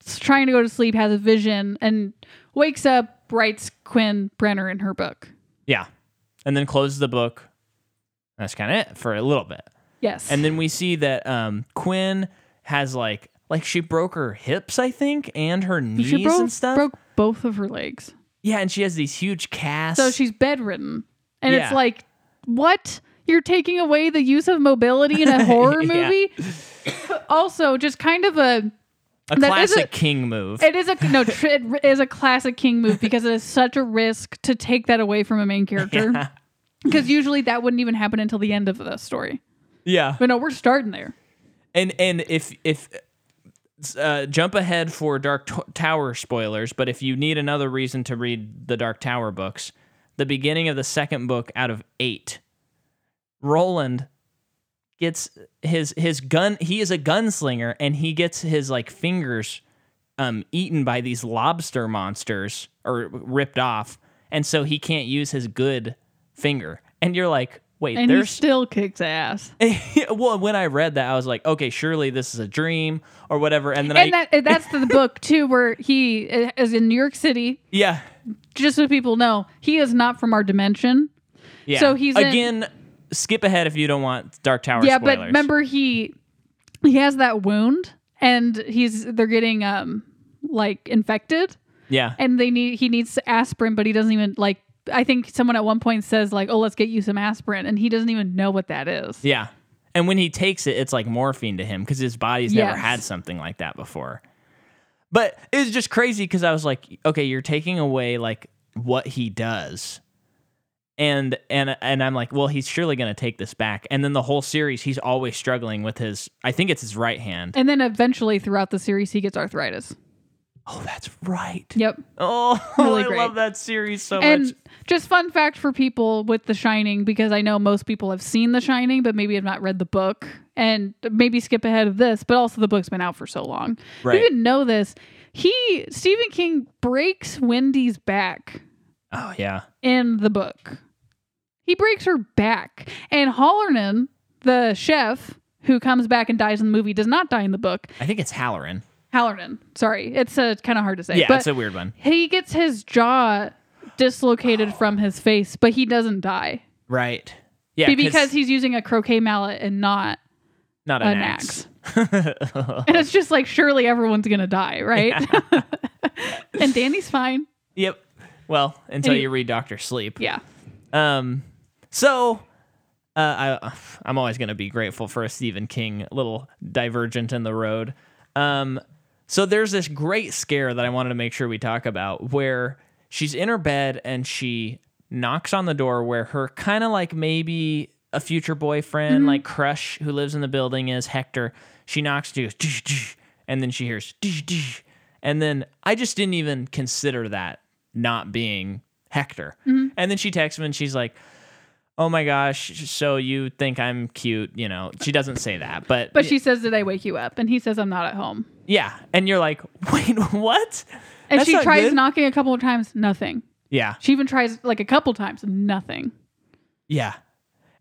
s- trying to go to sleep has a vision, and wakes up, writes Quinn Brenner in her book.
Yeah. And then closes the book. That's kind of it for a little bit.
Yes.
And then we see that um, Quinn has like like she broke her hips, I think, and her knees
she broke,
and stuff.
broke both of her legs,
Yeah, and she has these huge casts.
so she's bedridden, and it's
Yeah.
like, what? You're taking away the use of mobility in a horror
Yeah.
movie. also, just kind of a
a
that is a-
classic king move.
It is a no. Tr- it is a classic King move because it is such a risk to take that away from a main character. Because usually that wouldn't even happen until the end of the story.
yeah,
But no, we're starting there.
and and if if uh, jump ahead for Dark T- Tower spoilers, but if you need another reason to read the Dark Tower books, the beginning of the second book out of eight, Roland gets his his gun. He is a gunslinger, and he gets his like fingers um, eaten by these lobster monsters or ripped off, and so he can't use his good finger. And you're like, wait,
And he
there's
still kicks ass.
well, when I read that, I was like, okay, surely this is a dream or whatever. And then I,
And that and that's the book too, where he is in New York City.
yeah,
Just so people know, he is not from our dimension.
yeah.
So he's in-
again. skip ahead if you don't want Dark Tower.
yeah,
spoilers.
but remember he he has that wound, and he's they're getting um like infected.
yeah,
and they need he needs aspirin but he doesn't even like i think someone at one point says like oh let's get you some aspirin and he doesn't even know what that is
yeah. And when he takes it, it's like morphine to him because his body's never
Yes.
had something like that before. But it was just crazy because I was like, okay, you're taking away like what he does. And and and I'm like, well, he's surely gonna take this back. And then the whole series, he's always struggling with his. I think it's his right hand.
and then eventually throughout the series he gets arthritis
Oh, that's right.
yep
Oh,
Really
I
great.
love that series so
and
much.
just fun fact for people with the shining because i know most people have seen the shining but maybe have not read the book and maybe skip ahead of this but also the book's been out for so long
Right.
you didn't know this he stephen king breaks wendy's back
Oh yeah,
in the book. He breaks her back. And Hollernan, the chef who comes back and dies in the movie, does not die in the book.
I think it's Halloran.
Hallernan, sorry. It's uh, kind of hard to say.
Yeah,
but
it's a weird one.
he gets his jaw dislocated from his face, but he doesn't die.
Right. Yeah,
Be- because he's using a croquet mallet and not
not
an
an axe.
axe. and it's just like surely everyone's gonna die, right? and Danny's fine.
Yep. Well, until
Any-
you read Doctor Sleep.
Yeah.
Um. So, uh, I I'm always gonna be grateful for a Stephen King little divergent in the road. Um. So there's this great scare that I wanted to make sure we talk about where she's in her bed and she knocks on the door where her kind of like maybe a future boyfriend
Mm-hmm.
like crush who lives in the building is Hector. She knocks, she goes, "Tsh, tsh," and then she hears, "Tsh, tsh." and then I just didn't even consider that not being Hector.
Mm-hmm.
And then she texts him and she's like, "Oh my gosh, so you think I'm cute?" You know, she doesn't say that, but
But she says, Did I wake you up? And he says, I'm not at home.
yeah. And you're like, "Wait, what?"
And
That's
she
not
tries
good.
knocking a couple of times, nothing.
Yeah.
She even tries like a couple times, nothing.
Yeah.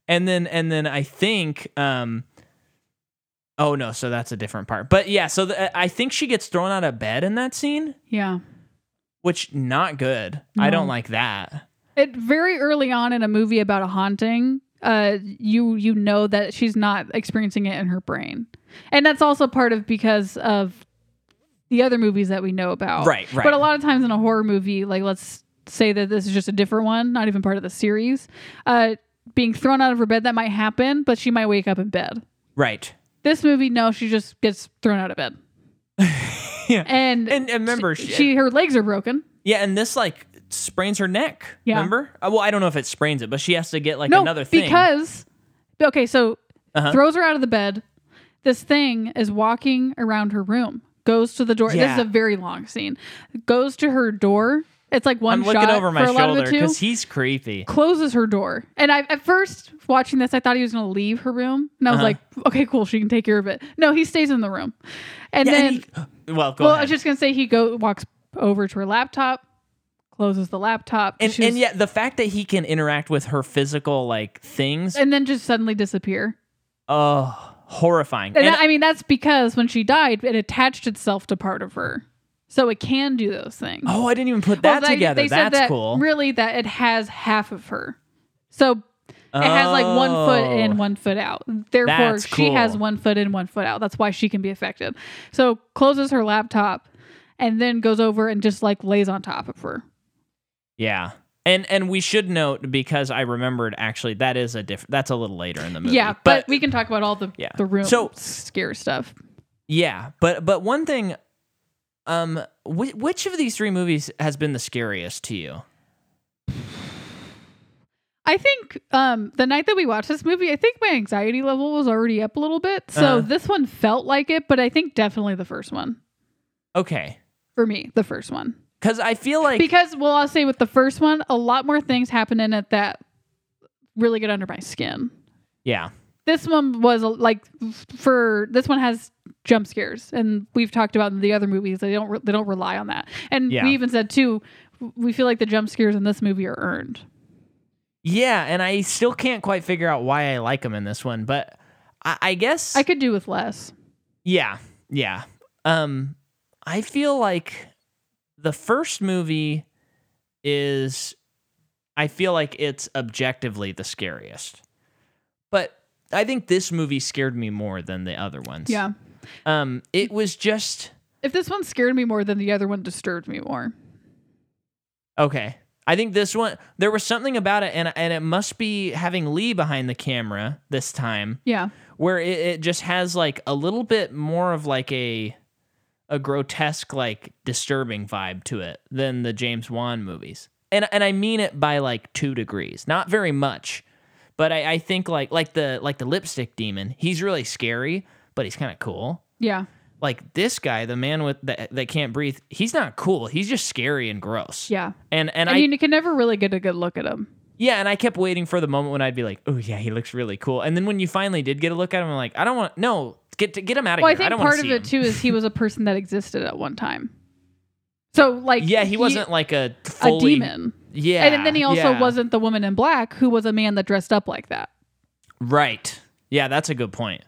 And then and then I think um Oh no, so that's a different part. But yeah, so the, I think she gets thrown out of bed in that scene,
Yeah.
which not good. I don't like that.
It very early on in a movie about a haunting, uh, you you know that she's not experiencing it in her brain. And that's also part of because of the other movies that we know about.
Right, right.
But a lot of times in a horror movie, like let's say that this is just a different one, not even part of the series. Uh being thrown out of her bed that might happen, but she might wake up in bed.
Right.
This movie, no, she just gets thrown out of bed.
yeah.
And
And- and remember,
she,
she-
she- her legs are broken.
Yeah, and this like sprains her neck.
Yeah.
Remember? Uh, well, I don't know if it sprains it, but she has to get like
No,
another thing. Uh-huh.
because okay, so throws her out of the bed. This thing is walking around her room. Goes to the door.
Yeah.
This is a very long scene. Goes to her door. It's like one
I'm
shot
looking over my
for a lot of
shoulder
it too.
because he's creepy.
closes her door. And I at first watching this, I thought he was going to leave her room, and I
Uh-huh.
was like, okay, cool, she can take care of it. No, he stays in the room, and
Yeah,
then
and he- well, go
well, I
ahead.
was just going to say he go walks over to her laptop, closes the laptop,
and,
she was-
and yet the fact that he can interact with her physical like things,
and then just suddenly disappear.
oh, horrifying.
And,
And
that- I mean, that's because when she died, it attached itself to part of her, so it can do those things.
oh, I didn't even put
Well,
that
they-
together.
They said
That's
that
cool.
Really, that it has half of her, so It has like one foot in,
Oh.
one foot out. Therefore,
That's
she has
cool.
one foot in, one foot out. That's why she can be affected. So closes her laptop and then goes over and just like lays on top of her.
Yeah. And and we should note because I remembered actually that is a different that's a little later in the movie.
Yeah, but,
but
we can talk about all the
Yeah.
the room
So-
scare stuff.
Yeah, but but one thing, um, wh- which of these three movies has been the scariest to you?
I think um the night that we watched this movie, I think my anxiety level was already up a little bit. So
Uh-huh.
this one felt like it, but I think definitely the first one
Okay,
for me, the first one.
because I feel like
Because well, I'll say with the first one, a lot more things happen in it that really get under my skin.
yeah,
this one was uh, like for this one has jump scares and we've talked about in the other movies they don't re- they don't rely on that and
Yeah.
we even said too we feel like the jump scares in this movie are earned
yeah, and I still can't quite figure out why I like them in this one, but I, I guess
i could do with less
yeah, yeah. Um, I feel like the first movie is, I feel like it's objectively the scariest, but I think this movie scared me more than the other ones.
yeah
Um, it was just.
if this one scared me more than the other one disturbed me more
Okay. I think this one there was something about it and and it must be having Lee behind the camera this time
yeah
where it, it just has like a little bit more of like a a grotesque like disturbing vibe to it than the James Wan movies. And and I mean it by like 2 degrees. Not very much. But I, I think like like the like the lipstick demon, he's really scary, but he's kind of cool.
yeah
Like this guy, the man with that that can't breathe, he's not cool. He's just scary and gross.
yeah
And and,
and,
I
you can never really get a good look at him
yeah, and I kept waiting for the moment when I'd be like, "Oh yeah, he looks really cool." And then when you finally did get a look at him, I'm like, "I don't want no get get him out of
well i
here. I,
think
don't want
part
to
of
see
it
him."
too is he was a person that existed at one time so like
Yeah, he wasn't like a
a
fully
demon
Yeah,
and then he also
yeah.
wasn't the woman in black who was a man that dressed up like that
right. Yeah, that's a good point.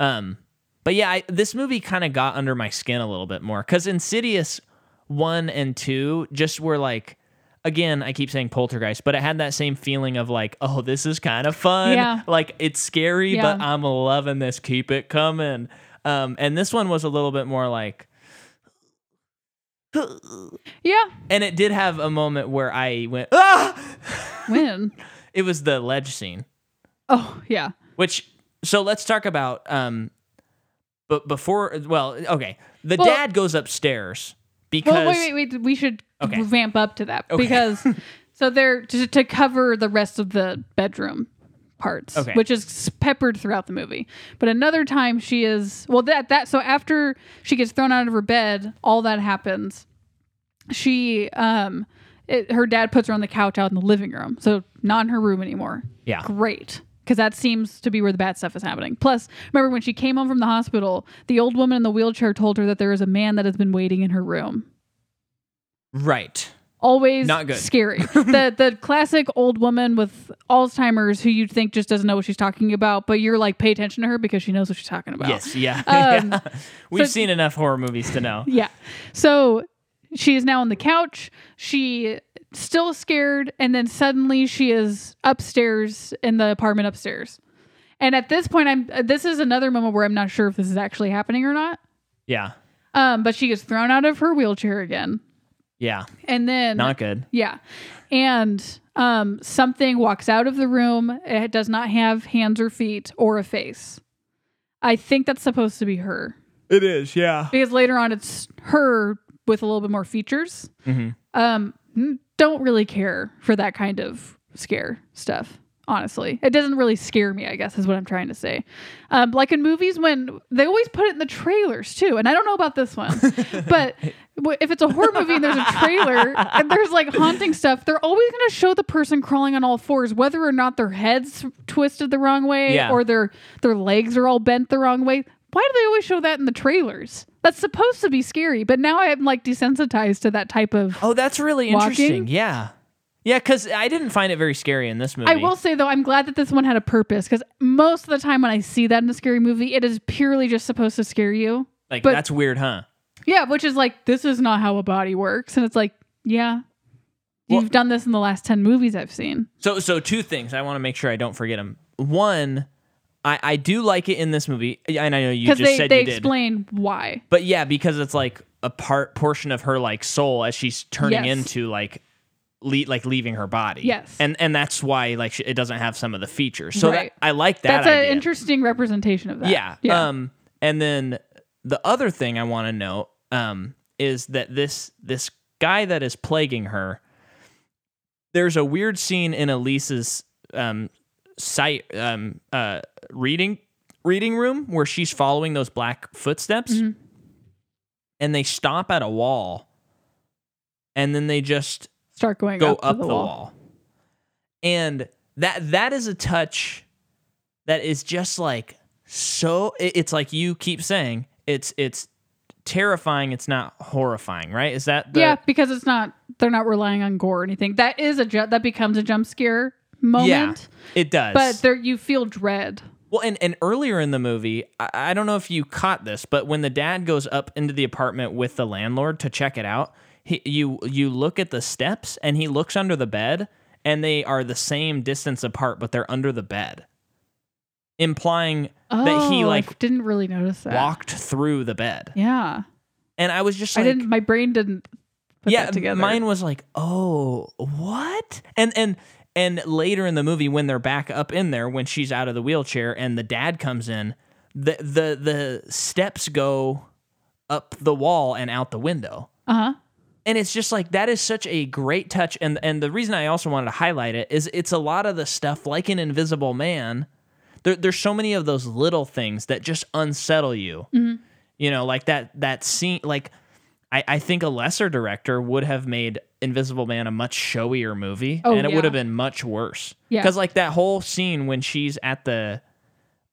Um, but yeah, I, this movie kind of got under my skin a little bit more because Insidious one and two just were like. Again, I keep saying poltergeist, but it had that same feeling of like, oh, this is kind of fun.
Yeah.
Like it's scary,
Yeah.
but I'm loving this. Keep it coming. Um, and this one was a little bit more like,
yeah
and it did have a moment where I went, ah!
When?
It was the ledge scene,
Oh, yeah.
which, so let's talk about, um, but before, well, okay. The
Well-
dad goes upstairs because,
Well, wait, wait, wait. We should
Okay.
vamp up to that
Okay.
because so they're to, to cover the rest of the bedroom parts,
Okay.
which is peppered throughout the movie. But another time she is well that that so after she gets thrown out of her bed, all that happens. She um it, her dad puts her on the couch out in the living room, so not in her room anymore.
yeah.
great because that seems to be where the bad stuff is happening. Plus, remember when she came home from the hospital, the old woman in the wheelchair told her that there is a man that has been waiting in her room.
Right.
Always
Not good.
scary. the the classic old woman with Alzheimer's who you think just doesn't know what she's talking about, but you're like pay attention to her because she knows what she's talking about.
Yes. Yeah.
Um,
yeah. We've
so-
seen enough horror movies to know.
Yeah. So she is now on the couch. She still scared, and then suddenly she is upstairs in the apartment upstairs. And at this point, I'm. uh, This is another moment where I'm not sure if this is actually happening or not.
Yeah.
Um, but she gets thrown out of her wheelchair again,
Yeah.
and then
Not good.
yeah, and um, something walks out of the room. It does not have hands or feet or a face. I think that's supposed to be her.
It is, yeah.
because later on it's her with a little bit more features. Um, n- don't really care for that kind of scare stuff. Honestly, it doesn't really scare me. I guess is what I'm trying to say. Um, like in movies, when they always put it in the trailers too, and I don't know about this one, but w- if it's a horror movie and there's a trailer and there's like haunting stuff, they're always going to show the person crawling on all fours, whether or not their heads twisted the wrong way
Yeah.
or their their legs are all bent the wrong way. Why do they always show that in the trailers? That's supposed to be scary, but now I'm like desensitized to that type of.
Oh, that's really
Walking?
interesting. Yeah. Yeah, because I didn't find it very scary in this movie.
I will say though, I'm glad that this one had a purpose because most of the time when I see that in a scary movie, it is purely just supposed to scare you.
Like,
but-
that's weird, huh?
Yeah, which is like this is not how a body works, and it's like yeah, you've done this in the last ten movies I've seen.
So, so two things I want to make sure I don't forget them. One, I, I do like it in this movie, and I know you
because
just
they,
said
they
you did.
explain why.
But yeah, because it's like a part portion of her like soul as she's turning
Yes.
into like le- like leaving her body.
Yes.
And and that's why like she, it doesn't have some of the features. So
Right.
that, I like that
That's
idea.
an interesting representation of that.
yeah.
yeah.
Um and then the other thing I want to know um is that this this guy that is plaguing her there's a weird scene in Elise's um sight um uh reading reading room where she's following those black footsteps
Mhm.
and they stop at a wall and then they just
Start going
go
up, to
up the, wall. And that that is a touch that is just like so it- it's like you keep saying it's it's terrifying it's not horrifying right is that the
yeah, because it's not they're not relying on gore or anything. That is a ju- that becomes a jump scare moment,
yeah it does
but there you feel dread.
Well, and, and earlier in the movie, I, I don't know if you caught this, but when the dad goes up into the apartment with the landlord to check it out, he, you you look at the steps and he looks under the bed, and they are the same distance apart, but they're under the bed, implying
Oh,
that he like
I didn't really notice that.
walked through the bed.
yeah,
And I was just
I
like,
didn't. My brain didn't. Put
yeah,
that together.
mine was like, oh, what? And and and later in the movie, when they're back up in there, when she's out of the wheelchair and the dad comes in, the the the steps go up the wall and out the window,
Uh huh.
and it's just like that is such a great touch. And and the reason I also wanted to highlight it is it's a lot of the stuff like an Invisible Man. There, there's so many of those little things that just unsettle you
Mm-hmm.
you know like that that scene like I, I think a lesser director would have made invisible man a much showier movie
Oh,
and it would
yeah.
have been much worse
Yeah.
because like that whole scene when she's at the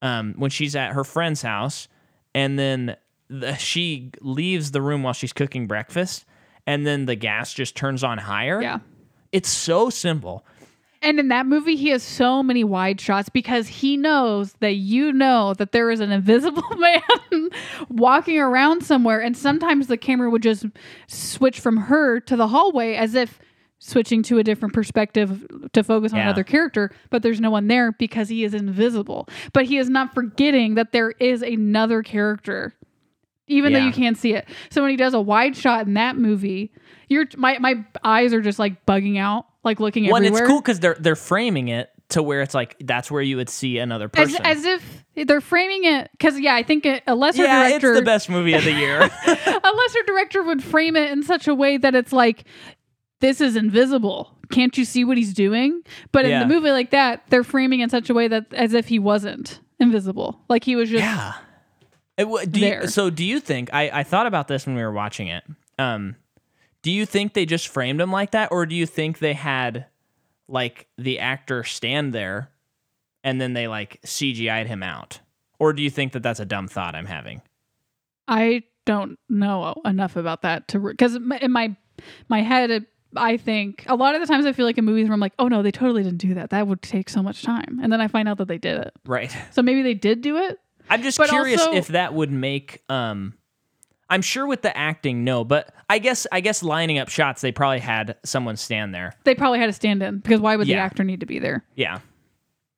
um when she's at her friend's house and then the, she leaves the room while she's cooking breakfast and then the gas just turns on higher
Yeah.
it's so simple
And in that movie, he has so many wide shots because he knows that you know that there is an invisible man walking around somewhere. And sometimes the camera would just switch from her to the hallway as if switching to a different perspective to focus on
Yeah.
another character, but there's no one there because he is invisible. But he is not forgetting that there is another character even though
Yeah.
you can't see it. So when he does a wide shot in that movie, your my my eyes are just like bugging out, like looking
Well, and
everywhere.
it's cool because they're they're framing it to where it's like that's where you would see another
As,
person
as if they're framing it because yeah, I think a, a lesser
yeah
director,
it's the best movie of the year
a lesser director would frame it in such a way that it's like this is invisible. Can't you see what he's doing? But in
Yeah.
the movie like that, they're framing in such a way that as if he wasn't invisible, like he was just
Yeah. It wa- do you-
there.
so do you think I, I thought about this when we were watching it. Um, do you think they just framed him like that, or do you think they had like the actor stand there and then they like CGI'd him out? Or do you think that that's a dumb thought I'm having?
I don't know enough about that to because in my my head, it, I think a lot of the times I feel like in movies where I'm like, oh no, they totally didn't do that. That would take so much time, and then I find out that they did it.
Right.
So maybe they did do it.
I'm just
But
curious
also-
if that would make um I'm sure with the acting, no, but I guess I guess lining up shots they probably had someone stand there.
They probably had a stand-in because why would the
Yeah.
actor need to be there?
Yeah.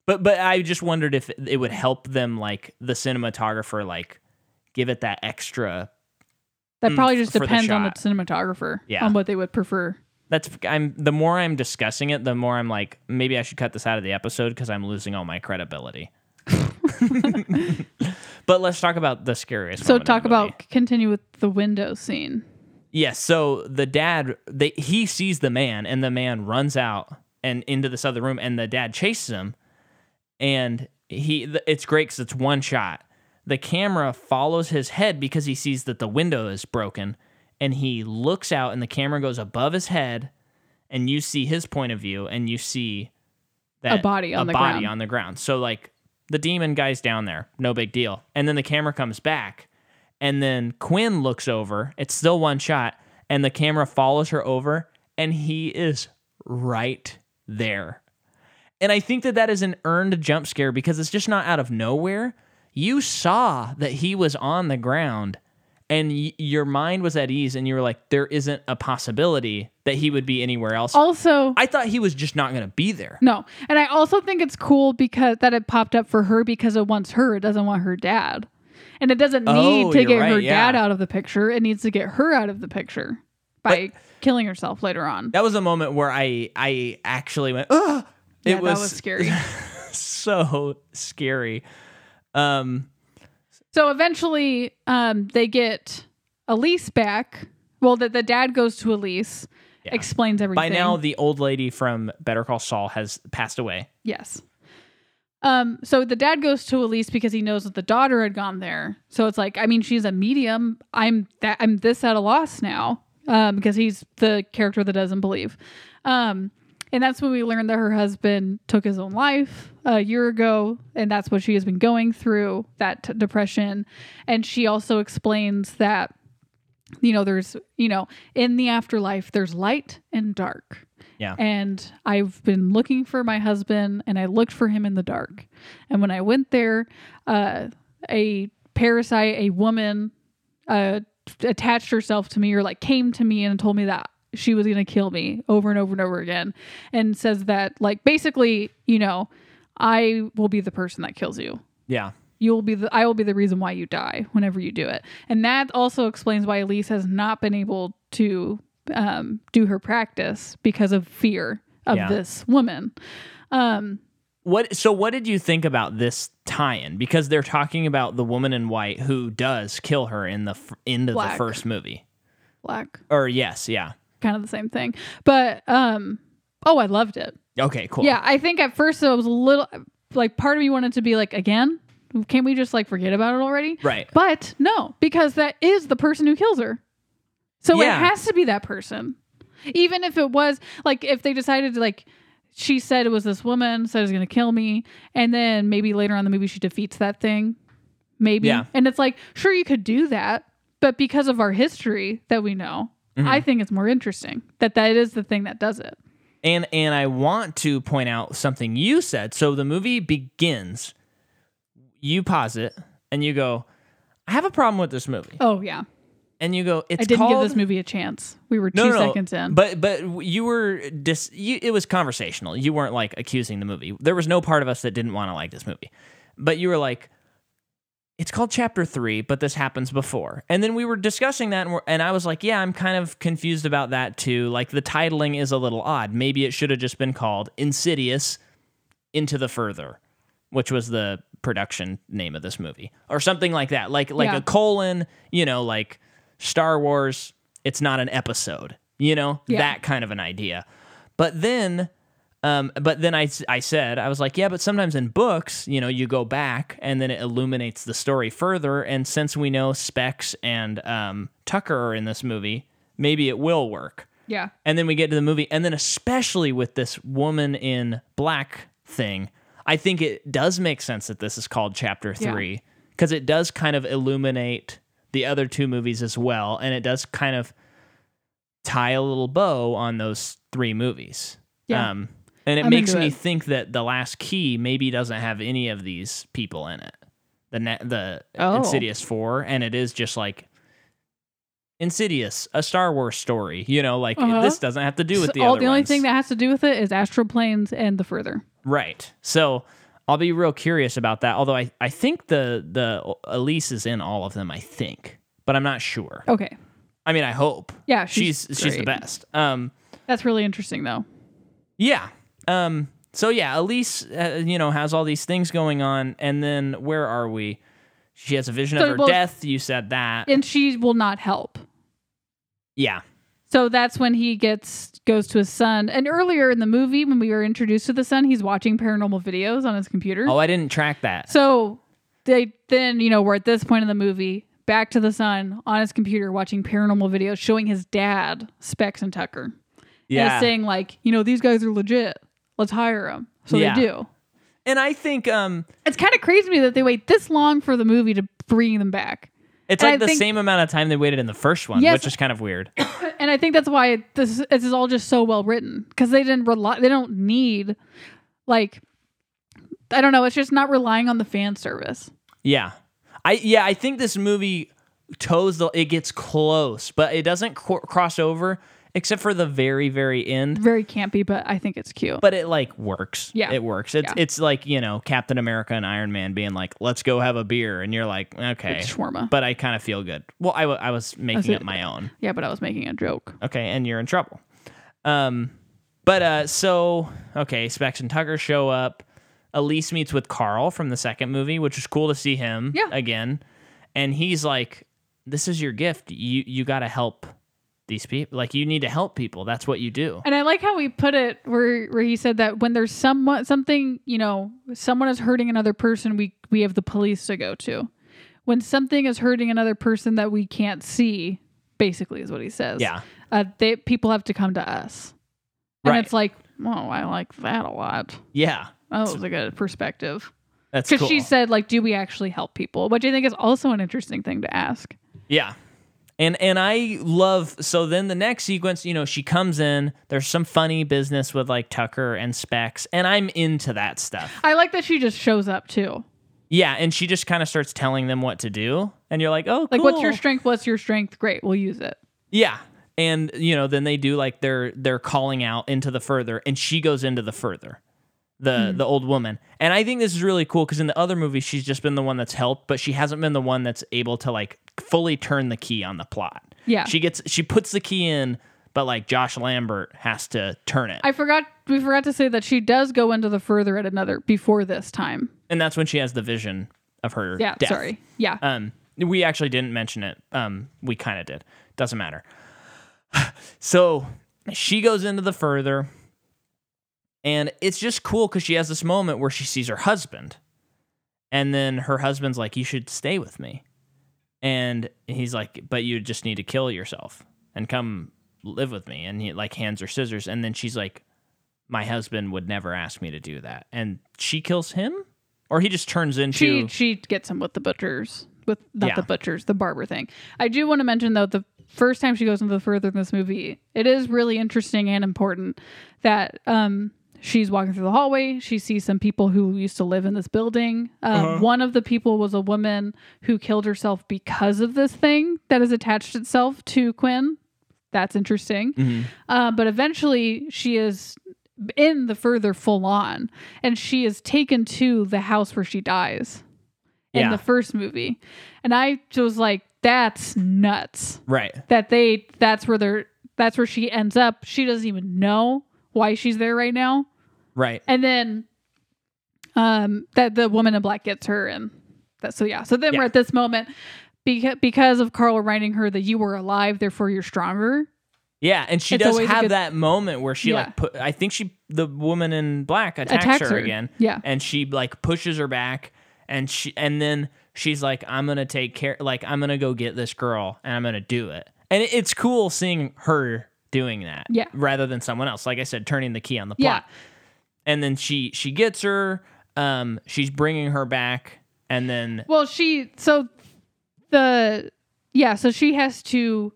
But but I just wondered if it would help them like the cinematographer like give it that extra.
That
Mm,
probably just
for the
depends on the
shot.
cinematographer
Yeah.
on what they would prefer.
That's I'm the more I'm discussing it, the more I'm like maybe I should cut this out of the episode because I'm losing all my credibility. But let's talk about the scariest.
So
moment in
talk
the movie.
about continue with the window scene.
Yes. So the dad, they, he sees the man, and the man runs out and into this other room, and the dad chases him. And he, th- it's great because it's one shot. The camera follows his head because he sees that the window is broken, and he looks out, and the camera goes above his head, and you see his point of view, and you see that
body on
a
the
body
ground.
on the ground. So like the demon guy's down there, no big deal. And then the camera comes back, and then Quinn looks over. It's still one shot, and the camera follows her over, and he is right there. And I think that that is an earned jump scare because it's just not out of nowhere. You saw that he was on the ground, and y- your mind was at ease, and you were like, "There isn't a possibility that he would be anywhere else."
Also,
I thought he was just not going to be there.
no. And I also think it's cool because that it popped up for her because it wants her. It doesn't want her dad. And it doesn't need
Oh,
to
you're
get her
right, yeah.
dad out of the picture. It needs to get her out of the picture by killing herself later on.
That was a moment where I I actually went, "Ugh!"
Yeah,
it
that
was,
was scary.
so scary. Um,
So eventually, um, they get Elise back. Well, that the dad goes to Elise, explains everything.
by now, the old lady from Better Call Saul has passed away.
yes. Um, so the dad goes to Elise because he knows that the daughter had gone there. So it's like, I mean, she's a medium. I'm that I'm this at a loss now. Um, because he's the character that doesn't believe. Um, and that's when we learned that her husband took his own life a year ago, and that's what she has been going through that t- depression. And she also explains that, you know, there's, you know, in the afterlife, there's light and dark.
Yeah.
And I've been looking for my husband, and I looked for him in the dark. And when I went there, uh, a parasite, a woman, uh, attached herself to me or like came to me and told me that she was going to kill me over and over and over again and says that like basically you know i will be the person that kills you
Yeah,
you will be the i will be the reason why you die whenever you do it and that also explains why elise has not been able to um, do her practice because of fear of
Yeah.
this woman um
What so what did you think about this tie-in because they're talking about the woman in white who does kill her in the f- end of the
Black.
first movie.
black
Or yes, yeah.
kind of the same thing but um oh i loved it
Okay, cool.
Yeah, I think at first I was a little like part of me wanted to be like again. Can't we just like forget about it already?
Right.
But no, because that is the person who kills her. So
Yeah.
it has to be that person. Even if it was like if they decided to like she said it was this woman, said it was gonna kill me, and then maybe later on in the movie she defeats that thing. Maybe.
Yeah.
And it's like, sure you could do that, but because of our history that we know,
Mm-hmm.
I think it's more interesting that that is the thing that does it.
And and I want to point out something you said. So the movie begins. You pause it and you go, "I have a problem with this movie."
Oh yeah.
And you go, "It's
I didn't
called
give this movie a chance. We were two seconds in.
But but you were dis. You, it was conversational. You weren't like accusing the movie. There was no part of us that didn't want to like this movie. But you were like, it's called Chapter Three, but this happens before. And then we were discussing that, and, we're, and I was like, yeah, I'm kind of confused about that too. Like the titling is a little odd. Maybe it should have just been called Insidious into the further which was the production name of this movie or something like that like like
Yeah.
a colon you know like star wars it's not an episode you know
Yeah.
that kind of an idea but then um but then I, s- I said i was like yeah but sometimes in books you know you go back and then it illuminates the story further and since we know specs and um tucker are in this movie maybe it will work
yeah.
and then we get to the movie and then especially with this woman in black thing i think it does make sense that this is called chapter
Yeah.
three because it does kind of illuminate the other two movies as well and it does kind of tie a little bow on those three movies
Yeah.
um, and it
I'm
makes
into
me
it.
think that the last key maybe doesn't have any of these people in it the ne- the
Oh.
insidious four and it is just like Insidious, a Star Wars story. You know, like
Uh-huh.
this doesn't have to do with
So
the
all
other
the only
ones.
thing that has to do with it is astral planes and the further.
right. So I'll be real curious about that. Although I, I think the the Elise is in all of them. I think, but I'm not sure.
Okay.
I mean, I hope.
Yeah,
she's
she's
she's, the
great.
best. Um,
That's really interesting though.
yeah. Um, so yeah, Elise, uh, you know, has all these things going on, and then where are we? she has a vision
So
of her
both-
death. You said that.
and she will not help.
yeah.
So that's when he gets goes to his son. And earlier in the movie, when we were introduced to the son, he's watching paranormal videos on his computer.
Oh, I didn't track that.
So they then, you know, we're at this point in the movie, back to the son on his computer watching paranormal videos showing his dad, Specs and Tucker. And
Yeah.
he's saying, like, you know, these guys are legit. Let's hire them. So
Yeah.
they do.
And I think um
It's kind of crazy to me that they wait this long for the movie to bring them back.
it's
And
like
I
the
think-
same amount of time they waited in the first one,
Yes.
which is kind of weird.
And I think that's why this, this is all just so well written because they didn't rely, they don't need, like, I don't know, it's just not relying on the fan service.
Yeah. I yeah, I think this movie toes the it gets close, but it doesn't cro- cross over except for the very very end.
Very campy, but I think it's cute.
But it like works.
Yeah.
It works. It's
Yeah.
it's like, you know, Captain America and Iron Man being like, "Let's go have a beer." And you're like, "Okay."
Shawarma.
But I kind of feel good. Well, I wa- I was making
see.
up my own.
yeah, but I was making a joke.
Okay, and you're in trouble. Um but uh so okay, Specs and Tucker show up. Elise meets with Carl from the second movie, which is cool to see him
Yeah.
again. And he's like, This is your gift. You you gotta help these people. Like you need to help people. That's what you do.
And I like how we put it where where he said that when there's someone something, you know, someone is hurting another person, we we have the police to go to. When something is hurting another person that we can't see, basically is what he says.
Yeah.
Uh, they people have to come to us. And
Right.
it's like, whoa, I like that a lot.
Yeah.
That was a good perspective.
That's
Because
cool.
she said, like, do we actually help people? Which I think is also an interesting thing to ask.
Yeah. And and I love so then the next sequence, you know, she comes in, there's some funny business with like Tucker and Specs, and I'm into that stuff.
I like that she just shows up too.
Yeah, and she just kind of starts telling them what to do, and you're like, "Oh,
Like, what's your
cool.
strength? What's your strength? Great, we'll use it.
yeah?" And you know, then they do like their their calling out into the further, and she goes into the further, the
Hmm.
the old woman. And I think this is really cool because in the other movie, she's just been the one that's helped, but she hasn't been the one that's able to like fully turn the key on the plot.
Yeah.
she gets she puts the key in, but like Josh Lambert has to turn it,
I forgot we forgot to say that she does go into the further at another before this time.
and that's when she has the vision of her.
Yeah,
death.
sorry. Yeah.
Um, we actually didn't mention it. Um, we kind of did. Doesn't matter. so she goes into the further, and it's just cool because she has this moment where she sees her husband, and then her husband's like, "You should stay with me," and he's like, "But you just need to kill yourself and come live with me." And he like hands her scissors, and then she's like, "My husband would never ask me to do that," and she kills him, or he just turns
she
into
she gets him with the butchers with not
Yeah.
the butchers, the barber thing. I do want to mention though the first time she goes into the further in this movie, it is really interesting and important that um she's walking through the hallway, she sees some people who used to live in this building. Um,
Uh-huh.
one of the people was a woman who killed herself because of this thing that has attached itself to Quinn. That's interesting.
Mm-hmm.
Uh, but eventually, she is in the further full on, and she is taken to the house where she dies in
Yeah.
the first movie. And I was like, that's nuts
right.
that they that's where they're that's where she ends up. She doesn't even know why she's there right now.
Right.
And then um that the woman in black gets her and that so yeah. So then
Yeah.
we're at this moment because because of Carl reminding her that you were alive, therefore you're stronger.
Yeah, and she
It's
does
always a
have
good-
that moment where she
Yeah.
like put I think she the woman in black attacks,
Attacks
her,
her.
again.
Yeah.
And she like pushes her back and she and then she's like I'm going to take care like I'm going to go get this girl and I'm going to do it. And it, it's cool seeing her doing that
Yeah.
rather than someone else like I said turning the key on the
Yeah.
plot. And then she she gets her um she's bringing her back and then
Well, she so the yeah, so she has to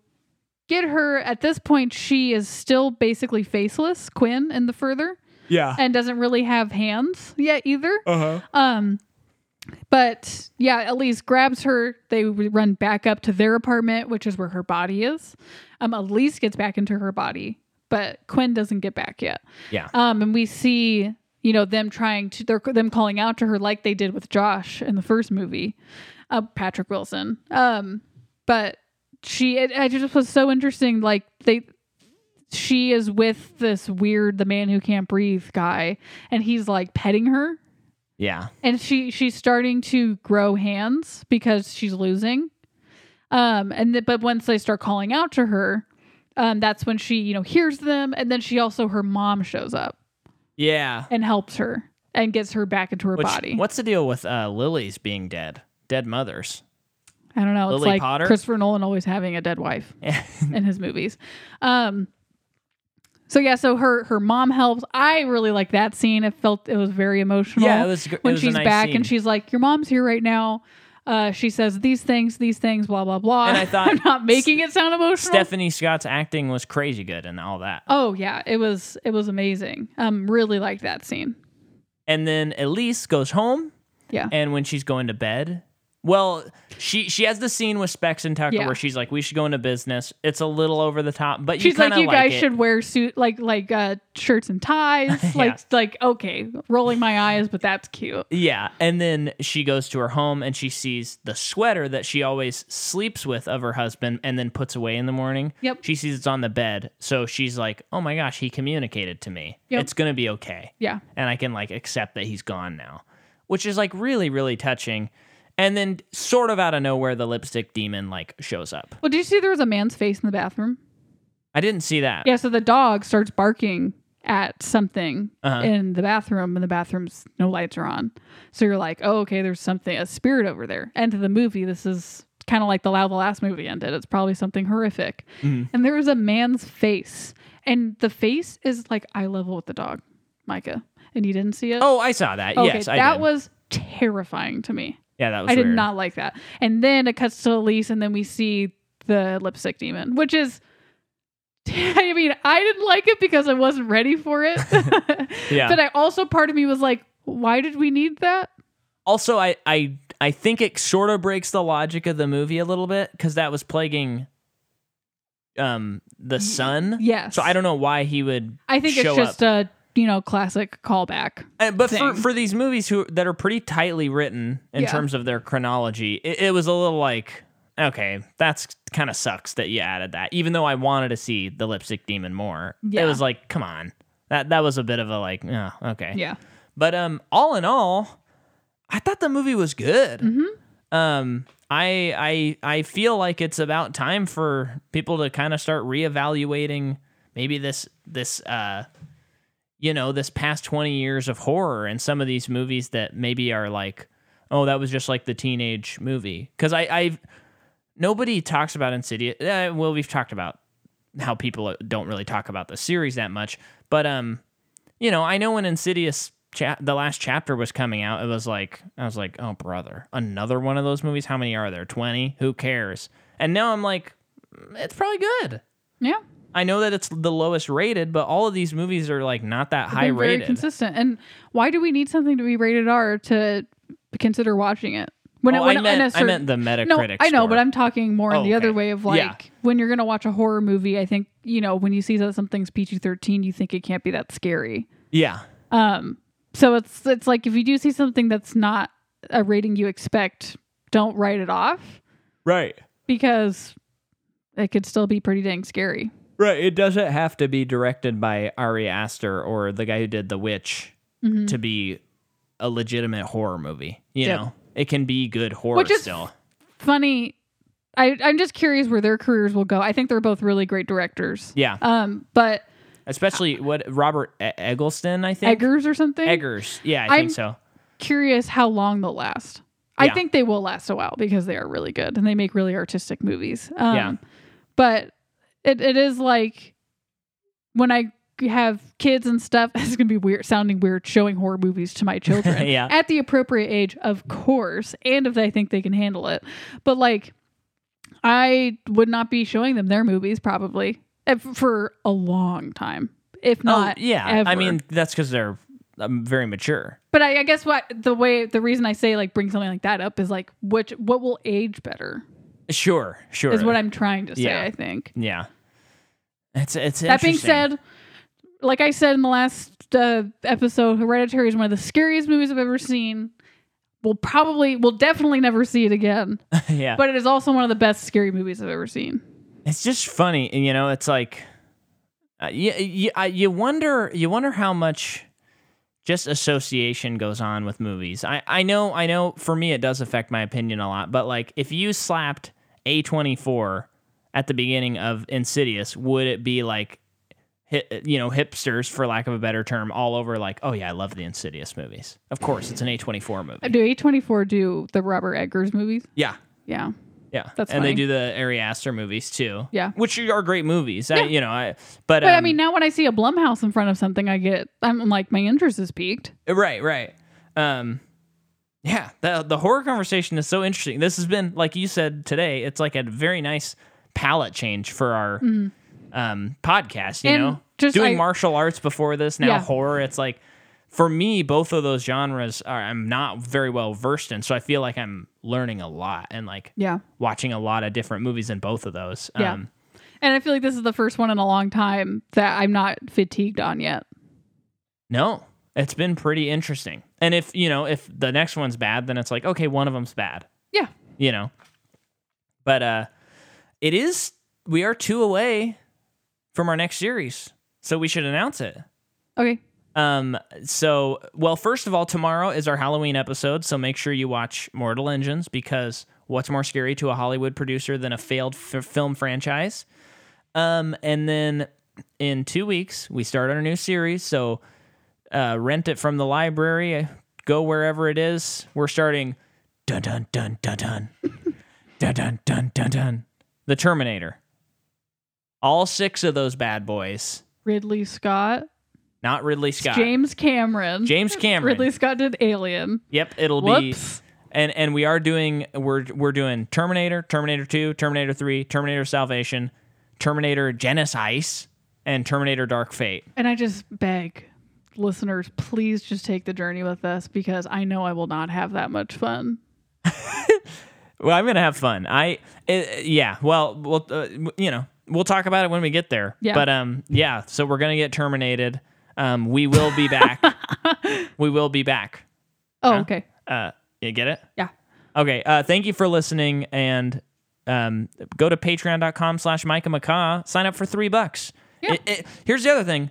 get her at this point she is still basically faceless, Quinn in the further.
yeah.
and doesn't really have hands yet either.
Oh.
Um, but yeah, Elise grabs her. They run back up to their apartment, which is where her body is. Um, Elise gets back into her body, but Quinn doesn't get back yet.
Yeah.
Um, and we see you know them trying to they're them calling out to her like they did with Josh in the first movie, uh, Patrick Wilson. Um, but she it, it just was so interesting. Like they she is with this weird the man who can't breathe guy and he's like petting her
Yeah.
and she she's starting to grow hands because she's losing um and th- but once they start calling out to her um that's when she you know hears them and then she also her mom shows up
Yeah.
and helps her and gets her back into her
Which,
body
What's the deal with uh, Lily's being dead? Dead mothers.
i don't know it's
Lily
like
Potter?
christopher nolan always having a dead wife in his movies um so yeah so her her mom helps i really like that scene it felt it was very emotional
Yeah, it was. gr- it
when
was a
she's
nice
back
scene.
and she's like, "Your mom's here right now." Uh, she says these things, these things, blah blah blah.
And I thought-
am not making it sound emotional.
Stephanie Scott's acting was crazy good and all that.
oh yeah, it was it was amazing. Um, really liked that scene.
And then Elise goes home,
Yeah,
and when she's going to bed, well, she she has the scene with Specs and Tucker
Yeah.
where she's like, "We should go into business." It's a little over the top, but
she's
you
like,
kinda
"You guys
it.
should wear suit like like uh, shirts and ties." Like like okay, rolling my eyes, but that's cute.
Yeah, and then she goes to her home and she sees the sweater that she always sleeps with of her husband and then puts away in the morning.
Yep.
She sees it's on the bed, so she's like, "Oh my gosh, he communicated to me.
Yep.
It's going to be okay."
Yeah,
And I can like accept that he's gone now, which is like really really touching. And then sort of out of nowhere the lipstick demon like shows up.
Well, did you see there was a man's face in the bathroom?
I didn't see that.
Yeah, so the dog starts barking at something
Uh-huh.
in the bathroom, and the bathroom's no lights are on. So you're like, oh, okay, there's something, a spirit over there. End of the movie, this is kind of like the Loud the Last movie ended. It's probably something horrific.
Mm-hmm.
And there is a man's face, and the face is like eye level with the dog, Micah. And you didn't see it?
Oh, I saw that.
okay,
yes, I
that
did.
was terrifying to me.
yeah, that was
I did
weird.
not like that. And then it cuts to Elise, and then we see the lipstick demon, which is. I mean, I didn't like it because I wasn't ready for it.
Yeah.
But I also, part of me was like, why did we need that?
also I, I I think it sort of breaks the logic of the movie a little bit because that was plaguing um the sun.
Yes.
So I don't know why he would.
I think
show
it's just
Up.
a, you know, classic callback.
Uh, but for,
thing.
for these movies who that are pretty tightly written in
Yeah.
terms of their chronology, it, it was a little like okay, that's kind of sucks that you added that. Even though I wanted to see the lipstick demon more,
Yeah.
it was like come on, that that was a bit of a like oh, okay,
Yeah.
But um, all in all, I thought the movie was good. Um, I I I feel like it's about time for people to kind of start reevaluating maybe this this uh, you know, this past twenty years of horror and some of these movies that maybe are like, oh, that was just like the teenage movie. Because I I nobody talks about Insidious. Uh, well, we've talked about how people don't really talk about the series that much, but um you know, I know when Insidious cha- the last chapter was coming out, it was like I was like, "Oh brother, another one of those movies. How many are there? 20? Who cares?" And now I'm like, "Mm, it's probably good.
Yeah.
I know that it's the lowest rated, but all of these movies are like not that Oh, high
Been very
rated.
consistent. And why do we need something to be rated R to consider watching it? When,
Oh, I,
in
meant,
a
I
certain-
meant the Metacritic.
No, I know,
score.
but I'm talking more in
Oh,
the other
okay.
way of like
Yeah.
when you're gonna watch a horror movie. I think you know when you see that something's PG-13, you think it can't be that scary.
yeah,
Um, so it's it's like if you do see something that's not a rating you expect, don't write it off
right,
because it could still be pretty dang scary.
right. It doesn't have to be directed by Ari Aster or the guy who did The Witch
Mhm.
to be a legitimate horror movie. You
Yep.
know, it can be good horror
Which is
still.
Funny, I I'm just curious where their careers will go. I think they're both really great directors.
Yeah,
Um, but Uh,
especially what Robert E- Eggleston, I think.
Eggers or something.
Eggers, yeah, I
I'm-
think so.
curious how long they'll last. I
Yeah.
think they will last a while because they are really good and they make really artistic movies. Um,
Yeah.
But it, it is like when I have kids and stuff, this is going to be weird, sounding weird, showing horror movies to my children
Yeah.
at the appropriate age, of course, and if they think they can handle it. But like, I would not be showing them their movies probably if, for a long time, if not
oh, yeah.
ever.
I mean, that's because they're um, very mature.
But I, I guess what the way the reason I say like bring something like that up is like which what will age better
Sure, sure.
is what I'm trying to say.
Yeah.
I think.
Yeah. It's it's
That being said,
interesting.
like I said in the last uh, episode, Hereditary is one of the scariest movies I've ever seen. We'll probably, we'll definitely never see it again.
yeah,
But it is also one of the best scary movies I've ever seen.
it's just funny, and you know, it's like, uh, you you, I, you wonder you wonder how much just association goes on with movies. I, I know I know for me it does affect my opinion a lot, but like if you slapped A twenty four at the beginning of Insidious, would it be like hi- you know hipsters for lack of a better term all over like oh yeah I love the Insidious movies. Of course, it's an A twenty four movie.
Do A24 do the Robert Eggers movies?
Yeah,
Yeah.
yeah,
That's
and
funny.
they do the Ari Aster movies too.
Yeah.
which are great movies. I, you know, I but,
But I
um,
mean, now when I see a Blumhouse in front of something, I get, I'm like, my interest is piqued.
Uh, Right, right. Um, yeah, the the horror conversation is so interesting. This has been, like you said today, it's like a very nice palette change for our um, podcast. You
Mm-hmm. And
know,
just
doing
I-
martial arts before this, now
Yeah.
horror. It's like for me, both of those genres are I'm not very well versed in, so I feel like I'm learning a lot and like
Yeah.
watching a lot of different movies in both of those.
Yeah.
Um,
And I feel like this is the first one in a long time that I'm not fatigued on yet.
No, it's been pretty interesting. And if you know, if the next one's bad, then it's like okay, one of them's bad.
Yeah.
you know. But uh it is we are two away from our next series. So we should announce it.
Okay.
Um so well first of all tomorrow is our Halloween episode, so make sure you watch Mortal Engines because what's more scary to a Hollywood producer than a failed f- film franchise? Um and then in 2 weeks we start our new series, so uh rent it from the library, go wherever it is. We're starting dun dun dun dun dun dun dun dun dun dun. The Terminator. All six of those bad boys.
Ridley Scott,
Not Ridley Scott.
James Cameron.
James Cameron.
Ridley Scott did Alien.
Yep, it'll
Whoops.
be. And and we are doing we're we're doing Terminator, Terminator Two, Terminator Three, Terminator Salvation, Terminator Genesis, and Terminator Dark Fate.
And I just beg listeners, please just take the journey with us because I know I will not have that much fun.
Well, I'm gonna have fun. I uh, yeah. Well, we'll uh, you know we'll talk about it when we get there.
Yeah.
But um yeah. So we're gonna get terminated. Um, we will be back. we will be back.
Oh, okay.
Uh, you get it?
Yeah.
Okay. Uh, thank you for listening and um, go to patreon.com slash Micah McCaw. Sign up for three bucks.
Yeah.
It- it- here's the other thing.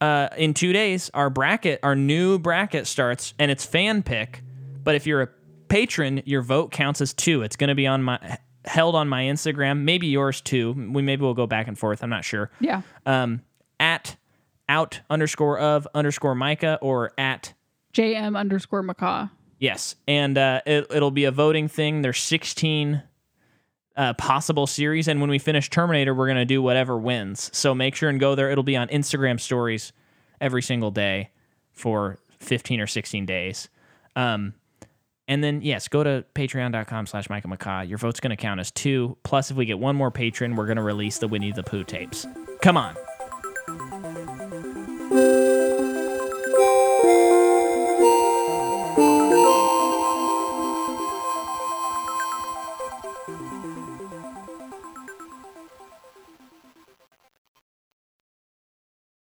Uh, in two days, our bracket, our new bracket starts and it's fan pick. But if you're a patron, your vote counts as two. It's going to be on my held on my Instagram, maybe yours too. We maybe we'll go back and forth. I'm not sure
Yeah.
um, at out underscore of underscore Micah or at
JM underscore macaw.
yes, and uh, it, it'll be a voting thing. There's 16 uh, possible series, and when we finish Terminator, we're gonna do whatever wins. So make sure and go there. It'll be on Instagram stories every single day for 15 or 16 days. Um, and then yes, go to patreon.com slash Micah Macaw. Your vote's gonna count as two. Plus, if we get one more patron, we're gonna release the Winnie the Pooh tapes. Come on.